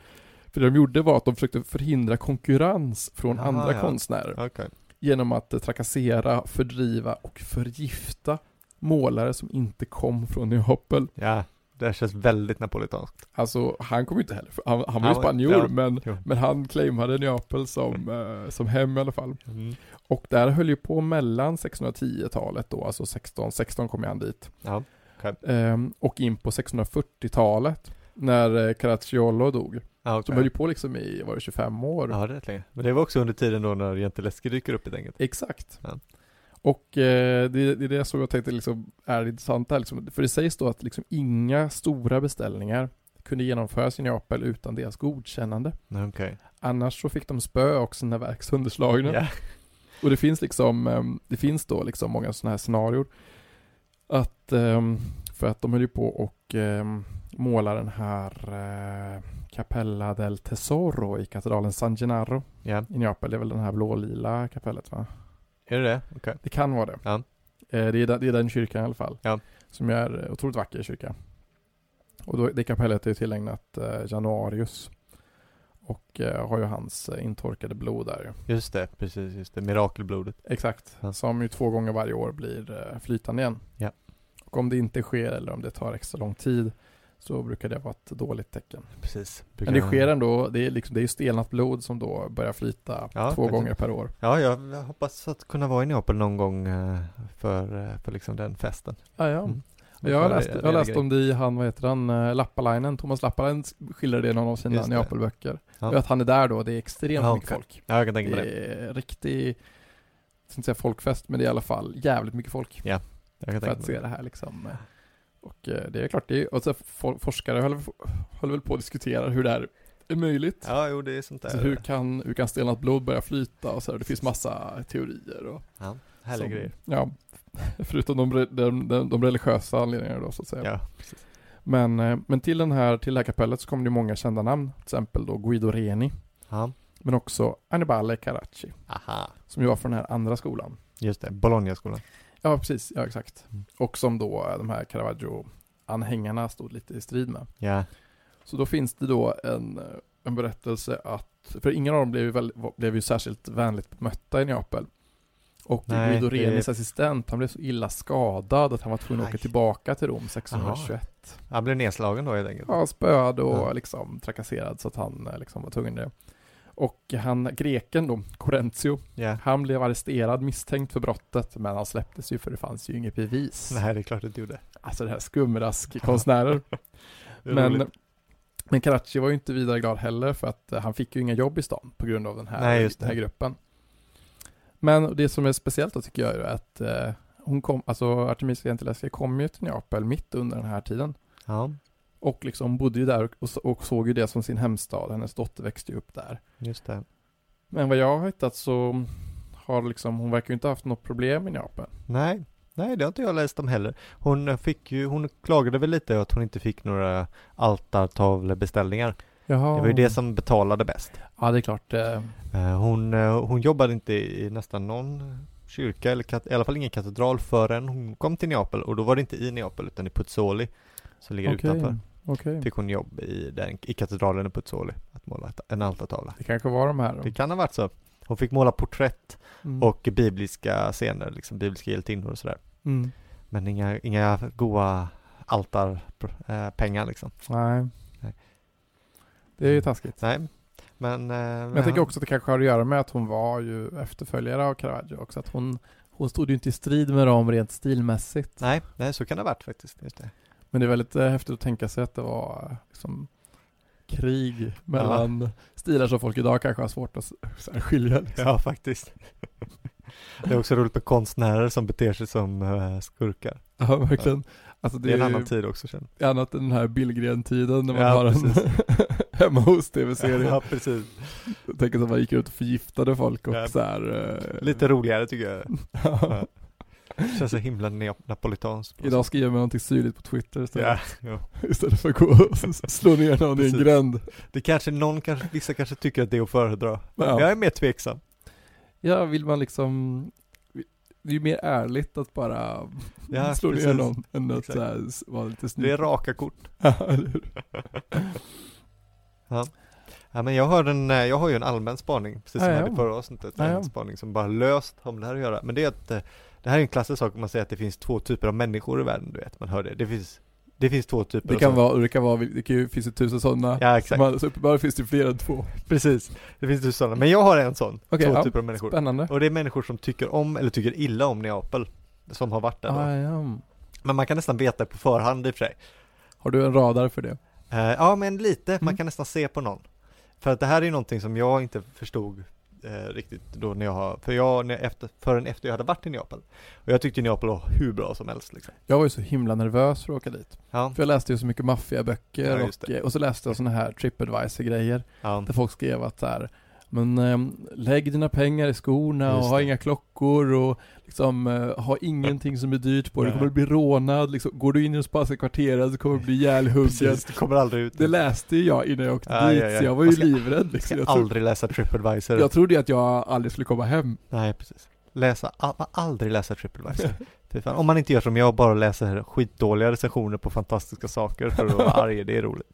[SPEAKER 2] För det de gjorde var att de försökte förhindra konkurrens från
[SPEAKER 1] Ah,
[SPEAKER 2] andra
[SPEAKER 1] ja.
[SPEAKER 2] konstnärer.
[SPEAKER 1] Okej.
[SPEAKER 2] genom att eh, trakassera, fördriva och förgifta målare som inte kom från Neapel.
[SPEAKER 1] Ja, det här känns väldigt napolitanskt.
[SPEAKER 2] Alltså, han kom ju inte heller, för- han, han var
[SPEAKER 1] Han
[SPEAKER 2] ju
[SPEAKER 1] var-
[SPEAKER 2] spanjor,
[SPEAKER 1] ja.
[SPEAKER 2] men,
[SPEAKER 1] Jo.
[SPEAKER 2] men han claimade Neapel som, eh, som hem i alla fall.
[SPEAKER 1] Mm.
[SPEAKER 2] Och där höll ju på mellan 1610-talet då, alltså 16, 16 kom ju han dit,
[SPEAKER 1] Ja.
[SPEAKER 2] ehm, och in på 1640-talet, när eh, Caracciolo dog.
[SPEAKER 1] Ja,
[SPEAKER 2] Så
[SPEAKER 1] okej.
[SPEAKER 2] de höll ju på liksom i, var det 25 år?
[SPEAKER 1] Ja, det är rätt länge. Men det var också under tiden då när Jänteläske dyker upp helt enkelt.
[SPEAKER 2] Exakt.
[SPEAKER 1] Ja.
[SPEAKER 2] Och eh, det, det är det som jag tänkte liksom är det intressanta. här, Liksom, för det sägs då att liksom inga stora beställningar kunde genomföras i Neapel utan deras godkännande.
[SPEAKER 1] Okej. Okay.
[SPEAKER 2] Annars så fick de spö och sina verk sönderslagna.
[SPEAKER 1] Ja.
[SPEAKER 2] Och det finns liksom, ehm, det finns då liksom många sådana här scenarior. Att, ehm, för att de höll ju på och ehm, måla den här eh, Capella del Tesoro i katedralen San Gennaro
[SPEAKER 1] ja.
[SPEAKER 2] i Neapel. Det är väl den här blålila kapellet va?
[SPEAKER 1] Är det det? Okej.
[SPEAKER 2] Det kan vara det.
[SPEAKER 1] Ja.
[SPEAKER 2] Eh, Det, är den, det är den kyrkan i alla fall.
[SPEAKER 1] Ja.
[SPEAKER 2] Som ju är eh, otroligt vacker kyrka. Och då, det kapellet är ju tillägnat eh, Januarius. Och eh, har ju hans eh, intorkade blod där ju.
[SPEAKER 1] Just det, precis. Just det. Mirakelblodet.
[SPEAKER 2] Exakt.
[SPEAKER 1] Ja.
[SPEAKER 2] Som ju två gånger varje år blir eh, flytande igen.
[SPEAKER 1] Ja.
[SPEAKER 2] Och om det inte sker eller om det tar extra lång tid så brukar det vara ett dåligt tecken.
[SPEAKER 1] Precis.
[SPEAKER 2] Men det sker ändå, det är, liksom, det är ju stelnat blod som då börjar flyta
[SPEAKER 1] Ja,
[SPEAKER 2] två
[SPEAKER 1] faktiskt.
[SPEAKER 2] gånger per år.
[SPEAKER 1] Ja, jag jag hoppas att kunna vara i Neapel någon gång eh, för, eh, för liksom den festen.
[SPEAKER 2] Ja, ja.
[SPEAKER 1] Mm.
[SPEAKER 2] Jag
[SPEAKER 1] Det är-
[SPEAKER 2] har läst,
[SPEAKER 1] det är
[SPEAKER 2] jag har läst
[SPEAKER 1] grej.
[SPEAKER 2] om det i han, vad heter han, eh, Lappalainen, Thomas Lappalainen skildrade det i någon av sina
[SPEAKER 1] Just det.
[SPEAKER 2] Neapelböcker.
[SPEAKER 1] Ja.
[SPEAKER 2] Och Att han är där då, det är extremt
[SPEAKER 1] Ja,
[SPEAKER 2] mycket
[SPEAKER 1] okej.
[SPEAKER 2] folk.
[SPEAKER 1] Ja, jag kan tänka mig det.
[SPEAKER 2] Det är riktig, jag ska inte säga folkfest, men det är i alla fall jävligt mycket folk
[SPEAKER 1] Jag kan
[SPEAKER 2] för
[SPEAKER 1] tänka
[SPEAKER 2] att
[SPEAKER 1] mig
[SPEAKER 2] se det här liksom. eh. Och eh, det är klart, det är, och så for, forskare håller, håller väl på att diskutera hur det här är möjligt.
[SPEAKER 1] Ja, jo, det är sånt där.
[SPEAKER 2] Alltså hur kan, hur kan stelnat blod börja flyta och så här, det finns massa teorier och
[SPEAKER 1] ja, härliga
[SPEAKER 2] som-
[SPEAKER 1] grejer.
[SPEAKER 2] Ja, förutom de, re- de, de, de religiösa anledningarna då så att säga.
[SPEAKER 1] Ja, precis.
[SPEAKER 2] Men, eh, men till, den här, till det här kapellet så kom det många kända namn. Till exempel då Guido Reni.
[SPEAKER 1] Ja.
[SPEAKER 2] Men också Annibale Caracci.
[SPEAKER 1] Aha.
[SPEAKER 2] Som ju var från den här andra skolan.
[SPEAKER 1] Just det, Bologna-skolan.
[SPEAKER 2] Ja, precis. Ja, exakt.
[SPEAKER 1] Mm.
[SPEAKER 2] Och som då eh, de här Caravaggio-anhängarna stod lite i strid med.
[SPEAKER 1] Ja,
[SPEAKER 2] Så då finns det då en, eh, en berättelse att, för ingen av dem blev ju, väl, var- blev ju särskilt vänligt bemötta i Neapel. Och
[SPEAKER 1] Nej,
[SPEAKER 2] Guido
[SPEAKER 1] det-
[SPEAKER 2] Renis assistent, han blev så illa skadad att han var tvungen att åka
[SPEAKER 1] Aj.
[SPEAKER 2] tillbaka till Rom 1621.
[SPEAKER 1] han blev nedslagen då helt enkelt.
[SPEAKER 2] Ja, spöad och
[SPEAKER 1] Ja.
[SPEAKER 2] liksom trakasserad så att han eh, liksom var tvungen det. Och han, greken då, Corentio,
[SPEAKER 1] Ja.
[SPEAKER 2] han blev arresterad misstänkt för brottet men han släpptes ju för det fanns ju inget bevis.
[SPEAKER 1] Nej, det är klart det inte gjorde.
[SPEAKER 2] Alltså det här skumrask-konstnärer.
[SPEAKER 1] Det är
[SPEAKER 2] men,
[SPEAKER 1] roligt.
[SPEAKER 2] men Karachi var ju inte vidare glad heller för att eh, han fick ju inga jobb i stan på grund av den här,
[SPEAKER 1] Nej, just
[SPEAKER 2] den här
[SPEAKER 1] det.
[SPEAKER 2] gruppen. Men det som är speciellt då tycker jag är att eh, hon kom, alltså Artemisia Gentileschi kom ju till Neapel mitt under den här tiden.
[SPEAKER 1] Ja,
[SPEAKER 2] Och liksom bodde ju där och, och såg ju det som sin hemstad. Hennes dotter växte ju upp där.
[SPEAKER 1] just det.
[SPEAKER 2] Men vad jag har hittat så har liksom, hon verkar ju inte haft något problem i Neapel.
[SPEAKER 1] Nej, nej det har inte jag läst om heller. Hon fick ju, hon klagade väl lite att hon inte fick några altartavlebeställningar.
[SPEAKER 2] Jaha.
[SPEAKER 1] Det var ju
[SPEAKER 2] Oh.
[SPEAKER 1] det som betalade bäst.
[SPEAKER 2] Ja, det är klart. Eh,
[SPEAKER 1] Eh, Hon, eh, hon jobbade inte i nästan någon kyrka eller kat- i alla fall ingen katedral förrän hon kom till Neapel och då var det inte i Neapel utan i Puzzoli som ligger utanför.
[SPEAKER 2] Okej.
[SPEAKER 1] Fick hon jobb i, den, i katedralen i Puzzoli att måla ett- en altartavla.
[SPEAKER 2] Det kanske var de här.
[SPEAKER 1] Det kan ha varit så. Hon fick måla porträtt
[SPEAKER 2] Mm.
[SPEAKER 1] och bibliska scener, liksom bibliska hjältinnor och sådär.
[SPEAKER 2] Mm.
[SPEAKER 1] Men inga, inga goa altarpengar eh, liksom.
[SPEAKER 2] Nej.
[SPEAKER 1] Nej.
[SPEAKER 2] Det är ju taskigt.
[SPEAKER 1] Nej, men... eh,
[SPEAKER 2] Men jag tänker också att det kanske har att göra med att hon var ju efterföljare av Caravaggio också. Att hon, hon stod ju inte i strid med dem rent stilmässigt.
[SPEAKER 1] Nej, nej, så kan det ha varit faktiskt. Just det.
[SPEAKER 2] Men det är väldigt eh, häftigt att tänka sig att det var eh, liksom, krig mellan stilar som folk idag kanske har svårt att s- så här, skilja. Liksom.
[SPEAKER 1] Ja, faktiskt. Det är också roligt med konstnärer som beter sig som eh, skurkar.
[SPEAKER 2] Ja, verkligen. Alltså,
[SPEAKER 1] Det är en annan tid också sen.
[SPEAKER 2] ju annat än den här Billgren-tiden när man
[SPEAKER 1] Ja,
[SPEAKER 2] har en
[SPEAKER 1] precis.
[SPEAKER 2] hemma hos tv-serie.
[SPEAKER 1] Ja, precis.
[SPEAKER 2] Jag tänker att man gick ut och förgiftade folk och
[SPEAKER 1] Ja.
[SPEAKER 2] så här, eh,
[SPEAKER 1] Lite roligare tycker jag.
[SPEAKER 2] Ja.
[SPEAKER 1] Känns så himla neo- napolitanskt. på något
[SPEAKER 2] Idag skriver man någonting syrligt på Twitter
[SPEAKER 1] sätt.
[SPEAKER 2] istället,
[SPEAKER 1] Ja, jo.
[SPEAKER 2] istället för att gå och s- slå ner någon i en
[SPEAKER 1] Precis.
[SPEAKER 2] gränd.
[SPEAKER 1] Det kanske någon, kanske, vissa kanske tycker att det är att föredra.
[SPEAKER 2] Ja.
[SPEAKER 1] Jag är mer tveksam.
[SPEAKER 2] Ja, vill man liksom det är ju mer ärligt att bara
[SPEAKER 1] Ja,
[SPEAKER 2] slå ner
[SPEAKER 1] precis.
[SPEAKER 2] någon än att
[SPEAKER 1] Exakt.
[SPEAKER 2] så här, s- vara lite snygg.
[SPEAKER 1] Det är raka kort.
[SPEAKER 2] Ja, eller hur?
[SPEAKER 1] Ja, men jag, har en, eh, jag har ju en allmän spaning, precis som
[SPEAKER 2] Ja,
[SPEAKER 1] jag
[SPEAKER 2] ja.
[SPEAKER 1] hade i förra avsnittet.
[SPEAKER 2] Ja, ja.
[SPEAKER 1] En spaning som bara löst har med det här att göra. Men det är att eh, det här är en klassisk sak om man säger att det finns två typer av människor i världen, du vet. Man hör det. Det finns, det finns två typer.
[SPEAKER 2] Det
[SPEAKER 1] och
[SPEAKER 2] kan
[SPEAKER 1] så-
[SPEAKER 2] vara, det kan vara, det kan ju, finns ju tusen sådana.
[SPEAKER 1] Alltså. Ja, exakt.
[SPEAKER 2] Man, så uppenbarligen finns det fler än två.
[SPEAKER 1] Precis. Det finns tusen sådana. Men jag har en sån.
[SPEAKER 2] Okej,
[SPEAKER 1] två
[SPEAKER 2] ja.
[SPEAKER 1] typer av människor.
[SPEAKER 2] Spännande.
[SPEAKER 1] Och det är människor som tycker om eller tycker illa om Neapel. Som har varit där då.
[SPEAKER 2] Ah, ja.
[SPEAKER 1] Men man kan nästan veta på förhand i och för sig.
[SPEAKER 2] Har du en radar för det?
[SPEAKER 1] Eh, Ja, men lite. Man
[SPEAKER 2] Mm.
[SPEAKER 1] kan nästan se på någon. För att det här är ju någonting som jag inte förstod eh, riktigt då när jag har, för jag, när jag efter, förrän efter jag hade varit i Neapel. Och jag tyckte ju Neapel var hur bra som helst liksom.
[SPEAKER 2] Jag var ju så himla nervös för att åka dit.
[SPEAKER 1] Ja,
[SPEAKER 2] För jag läste ju så mycket maffiaböcker
[SPEAKER 1] Ja, just
[SPEAKER 2] och,
[SPEAKER 1] det.
[SPEAKER 2] eh, och så läste jag sådana här tripadvisor-grejer.
[SPEAKER 1] ja,
[SPEAKER 2] Där folk skrev att så här, men ehm, lägg dina pengar i skorna och
[SPEAKER 1] Just
[SPEAKER 2] ha
[SPEAKER 1] det.
[SPEAKER 2] inga klockor och liksom eh, ha ingenting som är dyrt på dig. Du
[SPEAKER 1] Nej.
[SPEAKER 2] kommer att bli rånad, liksom, går du in i det spanska kvarteret så kommer du bli ihjälhuggen.
[SPEAKER 1] precis. Det kommer aldrig ut.
[SPEAKER 2] Det läste ju jag innan jag åkte
[SPEAKER 1] Ja,
[SPEAKER 2] dit,
[SPEAKER 1] ja, ja.
[SPEAKER 2] så jag var ju
[SPEAKER 1] Man ska-
[SPEAKER 2] livrädd.
[SPEAKER 1] Jag
[SPEAKER 2] Liksom.
[SPEAKER 1] ska
[SPEAKER 2] Jag, tro,
[SPEAKER 1] aldrig läsa Tripadvisor.
[SPEAKER 2] jag trodde ju att jag aldrig skulle komma hem.
[SPEAKER 1] Nej, precis. Läsa, a- aldrig läsa Tripadvisor. Fy fan. Om man inte gör som jag, bara läser skitdåliga recensioner på fantastiska saker för att vara arg, det är roligt.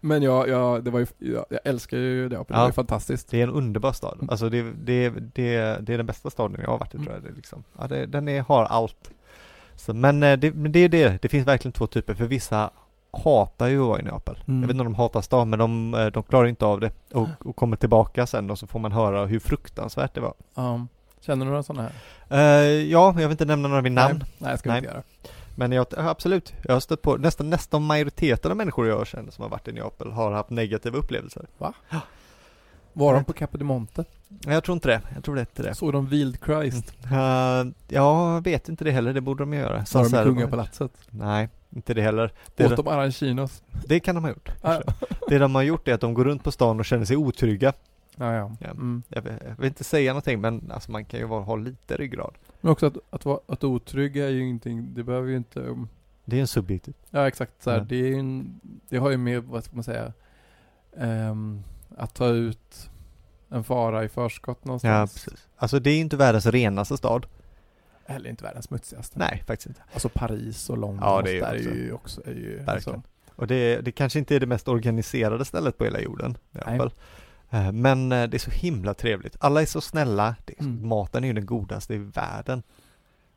[SPEAKER 2] Men jag, jag, det var ju, jag, jag älskar ju det, det var
[SPEAKER 1] Ja.
[SPEAKER 2] ju fantastiskt.
[SPEAKER 1] Det är en underbar stad. Alltså det, det, det, det är den bästa staden jag har varit i tror jag. Det är liksom. ja, det, den är, har allt. Så, men eh, det, men det är det, det finns verkligen två typer. För vissa hatar ju att vara i Neapel.
[SPEAKER 2] Mm.
[SPEAKER 1] Jag vet inte om de hatar stan, men de, eh, de klarar inte av det. Och, och kommer tillbaka sen och så får man höra hur fruktansvärt det var.
[SPEAKER 2] Ja. känner du några sådana här?
[SPEAKER 1] Eh, ja, jag vill inte nämna några vid namn.
[SPEAKER 2] Nej, nej jag ska vi
[SPEAKER 1] Nej.
[SPEAKER 2] inte göra.
[SPEAKER 1] Men jag, ja, absolut, jag har stött på nästan, nästan majoriteten av människor jag känner som har varit i Neapel har haft negativa upplevelser.
[SPEAKER 2] Var de på Capo di Monte?
[SPEAKER 1] Men jag tror inte det. Jag tror det är inte det.
[SPEAKER 2] Såg de Wild Christ?
[SPEAKER 1] Eh, jag vet inte det heller, det borde de göra.
[SPEAKER 2] Var de i
[SPEAKER 1] Sansair-
[SPEAKER 2] kungapalatset?
[SPEAKER 1] Nej, inte det heller. Det,
[SPEAKER 2] Åt de arancinos?
[SPEAKER 1] det kan de ha gjort.
[SPEAKER 2] Ah, ja.
[SPEAKER 1] Det de har gjort är att de går runt på stan och känner sig otrygga.
[SPEAKER 2] Ja, ja.
[SPEAKER 1] Ja.
[SPEAKER 2] Mm.
[SPEAKER 1] Jag vill, jag vill inte säga någonting men alltså, man kan ju vara, ha lite ryggrad.
[SPEAKER 2] Men också att, att, vara, att otrygga är ju ingenting, det behöver ju inte, um,
[SPEAKER 1] Det är en subjektiv.
[SPEAKER 2] ja exakt så här,
[SPEAKER 1] Nej.
[SPEAKER 2] det är ju en, det har ju med, vad ska man säga, ehm, att ta ut en fara i förskott
[SPEAKER 1] Ja,
[SPEAKER 2] någonstans.
[SPEAKER 1] precis. Alltså det är inte världens renaste stad.
[SPEAKER 2] Eller inte världens smutsigaste.
[SPEAKER 1] Nej, faktiskt inte.
[SPEAKER 2] Alltså Paris och London
[SPEAKER 1] Ja,
[SPEAKER 2] och
[SPEAKER 1] det är
[SPEAKER 2] så
[SPEAKER 1] ju
[SPEAKER 2] där är
[SPEAKER 1] också-
[SPEAKER 2] ju också, är ju
[SPEAKER 1] Verkligen.
[SPEAKER 2] alltså,
[SPEAKER 1] Och det, det kanske inte är det mest organiserade stället på hela jorden. i alla
[SPEAKER 2] Nej.
[SPEAKER 1] fall. Eh, Men eh, det är så himla trevligt. Alla är så snälla. Det,
[SPEAKER 2] Mm.
[SPEAKER 1] Maten är ju den godaste i världen.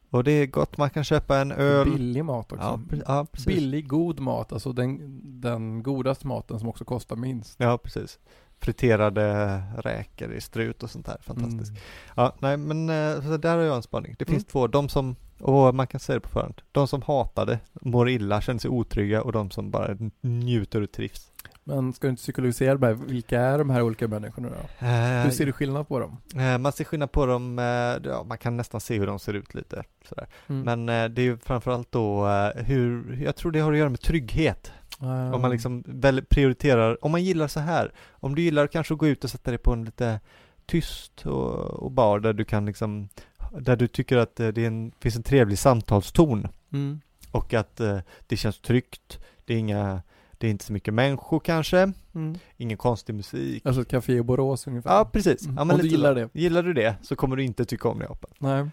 [SPEAKER 1] Och det är gott, man kan köpa en öl.
[SPEAKER 2] billig mat också.
[SPEAKER 1] Ja, pre- ja, precis.
[SPEAKER 2] billig god mat, alltså den, den godaste maten som också kostar minst.
[SPEAKER 1] Ja, precis. Friterade räkor i strut och sånt där. Fantastiskt.
[SPEAKER 2] Mm.
[SPEAKER 1] Ja, nej men eh, så där har jag en spaning. Det finns
[SPEAKER 2] Mm.
[SPEAKER 1] två, de som, och man kan säga det på förhand, de som hatar det, mår illa, känner sig otrygga och de som bara njuter och trivs.
[SPEAKER 2] Men ska du inte psykologisera mig, vilka är de här olika människorna då? Hur ser du skillnad på dem?
[SPEAKER 1] Eh, Man ser skillnad på dem, eh, ja, man kan nästan se hur de ser ut lite sådär.
[SPEAKER 2] Mm.
[SPEAKER 1] Men eh, det är ju framförallt då eh, hur, jag tror det har att göra med trygghet. Om man
[SPEAKER 2] Ehm.
[SPEAKER 1] liksom väl prioriterar, om man gillar så här, om du gillar kanske att gå ut och sätta dig på en lite tyst och, och bar där du kan liksom, där du tycker att eh, det är en, finns en trevlig samtalston
[SPEAKER 2] Mm.
[SPEAKER 1] och att eh, det känns tryggt, det är inga, det är inte så mycket människor kanske,
[SPEAKER 2] Mm.
[SPEAKER 1] ingen konstig musik.
[SPEAKER 2] Alltså ett café i Borås ungefär.
[SPEAKER 1] Ja, precis.
[SPEAKER 2] Mm.
[SPEAKER 1] Ja,
[SPEAKER 2] Om du
[SPEAKER 1] lite så.
[SPEAKER 2] gillar det.
[SPEAKER 1] Gillar du det så kommer du inte tycka om Neapel.
[SPEAKER 2] Nej.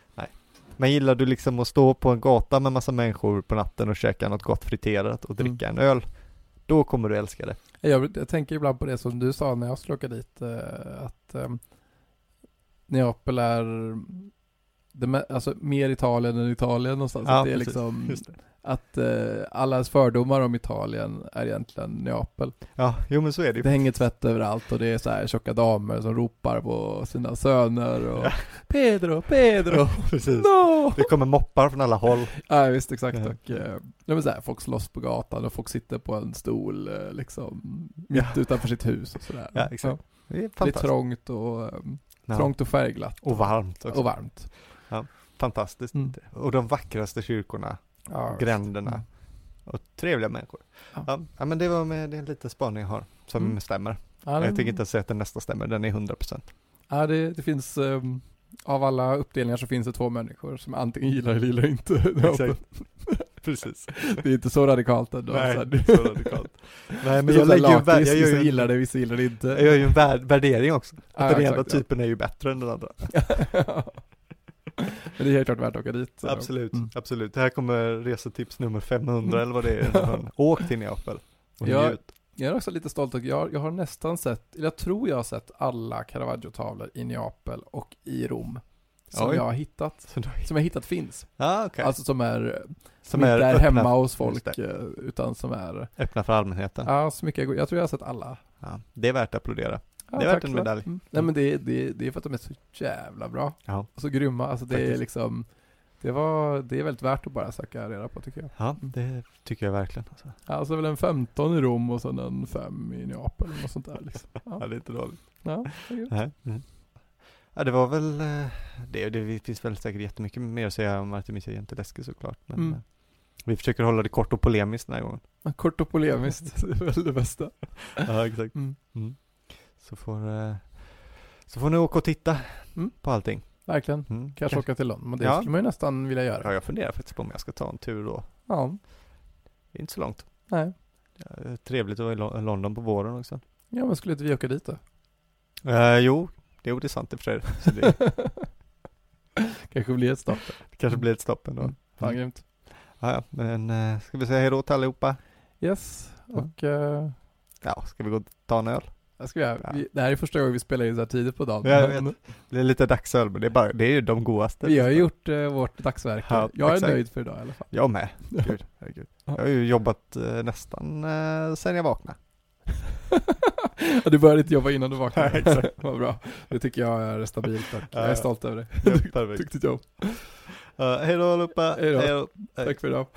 [SPEAKER 1] Men gillar du liksom att stå på en gata med massa människor på natten och käka något gott friterat och
[SPEAKER 2] Mm.
[SPEAKER 1] dricka en öl, då kommer du älska det.
[SPEAKER 2] Jag, jag tänker ibland på det som du sa när jag skulle åka dit, eh, att eh, Neapel är det, me- alltså, mer Italien än Italien någonstans.
[SPEAKER 1] Ja,
[SPEAKER 2] att det är
[SPEAKER 1] precis.
[SPEAKER 2] liksom,
[SPEAKER 1] Just det.
[SPEAKER 2] att eh, allas fördomar om Italien är egentligen Neapel.
[SPEAKER 1] Ja, jo men så är det ju.
[SPEAKER 2] Det hänger tvätt överallt och det är så här tjocka damer som ropar på sina söner och
[SPEAKER 1] Ja.
[SPEAKER 2] Pedro, Pedro,
[SPEAKER 1] Precis.
[SPEAKER 2] no!
[SPEAKER 1] Det kommer moppar från alla håll.
[SPEAKER 2] Ja visst, exakt.
[SPEAKER 1] Ja.
[SPEAKER 2] Och, eh, ja, men så här, folk slåss på gatan och folk sitter på en stol eh, liksom mitt
[SPEAKER 1] Ja.
[SPEAKER 2] utanför sitt hus och sådär.
[SPEAKER 1] Ja, exakt. Det är
[SPEAKER 2] Ja, det är
[SPEAKER 1] fantastiskt.
[SPEAKER 2] trångt och, eh,
[SPEAKER 1] Ja.
[SPEAKER 2] trångt och färgglatt
[SPEAKER 1] Och varmt också.
[SPEAKER 2] och varmt.
[SPEAKER 1] Fantastiskt.
[SPEAKER 2] Mm.
[SPEAKER 1] Och de vackraste kyrkorna,
[SPEAKER 2] Ja,
[SPEAKER 1] gränderna
[SPEAKER 2] Mm.
[SPEAKER 1] och trevliga människor.
[SPEAKER 2] Ja.
[SPEAKER 1] Ja. ja, men det var med, det är en liten spaning jag har som
[SPEAKER 2] Mm.
[SPEAKER 1] stämmer.
[SPEAKER 2] Ja, den-
[SPEAKER 1] Jag tänker inte ens säga att den nästa stämmer, den är 100%.
[SPEAKER 2] Ja, det, det finns, ehm, av alla uppdelningar så finns det två människor som antingen gillar eller gillar inte.
[SPEAKER 1] Exakt. Precis.
[SPEAKER 2] Det är inte så radikalt ändå.
[SPEAKER 1] Nej,
[SPEAKER 2] så här,
[SPEAKER 1] inte så radikalt. Nej, men
[SPEAKER 2] det är
[SPEAKER 1] jag
[SPEAKER 2] som en
[SPEAKER 1] lägger ju, en vär-
[SPEAKER 2] lakrits,
[SPEAKER 1] jag gör
[SPEAKER 2] vissa
[SPEAKER 1] ju en,
[SPEAKER 2] gillar det, vissa gillar det inte.
[SPEAKER 1] jag gör ju en vär- värdering också.
[SPEAKER 2] Ja,
[SPEAKER 1] Att den ena
[SPEAKER 2] exakt, ja.
[SPEAKER 1] typen är ju bättre än den andra.
[SPEAKER 2] Men det är helt klart värt att åka dit.
[SPEAKER 1] Absolut,
[SPEAKER 2] Mm.
[SPEAKER 1] absolut. Det här kommer resetips nummer 500 eller vad det är. i den
[SPEAKER 2] Ja.
[SPEAKER 1] hörnan. Åk till Neapel och
[SPEAKER 2] Ja.
[SPEAKER 1] njut.
[SPEAKER 2] Jag är också lite stolt att jag, jag har nästan sett, eller jag tror jag har sett alla Caravaggio-tavlor i Neapel och i Rom. Som
[SPEAKER 1] Oj.
[SPEAKER 2] jag har hittat,
[SPEAKER 1] Så då-
[SPEAKER 2] som jag hittat finns.
[SPEAKER 1] Ja, okej.
[SPEAKER 2] Alltså som är, som
[SPEAKER 1] Som är
[SPEAKER 2] inte är
[SPEAKER 1] öppna,
[SPEAKER 2] hemma hos
[SPEAKER 1] Just
[SPEAKER 2] folk,
[SPEAKER 1] det.
[SPEAKER 2] eh, utan som är,
[SPEAKER 1] öppna för allmänheten.
[SPEAKER 2] ja så mycket jag, går- jag tror jag har sett alla.
[SPEAKER 1] Ja, det är värt att applådera.
[SPEAKER 2] Ja,
[SPEAKER 1] Det är värt
[SPEAKER 2] tack
[SPEAKER 1] en
[SPEAKER 2] för
[SPEAKER 1] medalj.
[SPEAKER 2] Mm. Nej men det, det, det är för att de är så jävla bra.
[SPEAKER 1] Ja.
[SPEAKER 2] Och så grymma, alltså det är
[SPEAKER 1] Faktiskt.
[SPEAKER 2] liksom, det var, det är väldigt värt att bara söka reda på tycker jag.
[SPEAKER 1] Ja, det tycker jag verkligen. Alltså.
[SPEAKER 2] Alltså väl en 15 i Rom och sen en 5 i Neapel och sånt där liksom.
[SPEAKER 1] Ja, det är inte dåligt.
[SPEAKER 2] Ja, det är grymt.
[SPEAKER 1] Nej. Mm. Ja, det var väl, eh, det, det finns väl säkert jättemycket mer att säga om Artemisia Gentileschi såklart. Men
[SPEAKER 2] Mm.
[SPEAKER 1] eh, vi försöker hålla det kort och polemiskt den här gången.
[SPEAKER 2] Ja, Kort och polemiskt, det är väl det bästa.
[SPEAKER 1] Ja, exakt.
[SPEAKER 2] Mm.
[SPEAKER 1] Så får, eh, så får ni åka och titta
[SPEAKER 2] Mm.
[SPEAKER 1] på allting.
[SPEAKER 2] Verkligen.
[SPEAKER 1] Mm.
[SPEAKER 2] Kanske åka till London, men det
[SPEAKER 1] Ja.
[SPEAKER 2] skulle man ju nästan vilja göra.
[SPEAKER 1] Ja, jag funderar faktiskt på om jag ska ta en tur då.
[SPEAKER 2] Ja,
[SPEAKER 1] Det är inte så långt.
[SPEAKER 2] nej.
[SPEAKER 1] Eh, Trevligt att vara i Lo- London på våren också.
[SPEAKER 2] Ja men skulle inte vi åka dit då?
[SPEAKER 1] Eh, jo, det är sant i och för sig. Så det
[SPEAKER 2] Kanske blir ett stopp. där.
[SPEAKER 1] kanske blir ett stopp ändå.
[SPEAKER 2] Mm. Fan grymt.
[SPEAKER 1] Ja, ja, men eh, ska vi säga hejdå till allihopa?
[SPEAKER 2] Yes,
[SPEAKER 1] Ja.
[SPEAKER 2] och eh,
[SPEAKER 1] Ja, ska vi gå och ta en öl?
[SPEAKER 2] vad ska vi göra? Vi, det här är första gången vi spelar in så här tidigt på dagen.
[SPEAKER 1] Ja, jag
[SPEAKER 2] men
[SPEAKER 1] vet. Det är lite dagsöl, men det är, bara, det är ju de godaste.
[SPEAKER 2] Vi har ju gjort eh, vårt dagsverke.
[SPEAKER 1] Ja,
[SPEAKER 2] jag är
[SPEAKER 1] exakt.
[SPEAKER 2] nöjd för idag i alla fall.
[SPEAKER 1] Jag med. Gud, herregud. Jag har ju jobbat eh, nästan eh, sen jag vaknade.
[SPEAKER 2] Ja, Du började inte jobba innan du vaknade.
[SPEAKER 1] Nej, exakt.
[SPEAKER 2] Vad bra. Det tycker jag är stabilt och jag
[SPEAKER 1] Ja,
[SPEAKER 2] är
[SPEAKER 1] ja.
[SPEAKER 2] stolt över det.
[SPEAKER 1] Perfekt.
[SPEAKER 2] Duktigt jobb.
[SPEAKER 1] Uh, hej då allihopa.
[SPEAKER 2] Hej då.
[SPEAKER 1] Hej då.
[SPEAKER 2] Tack för idag.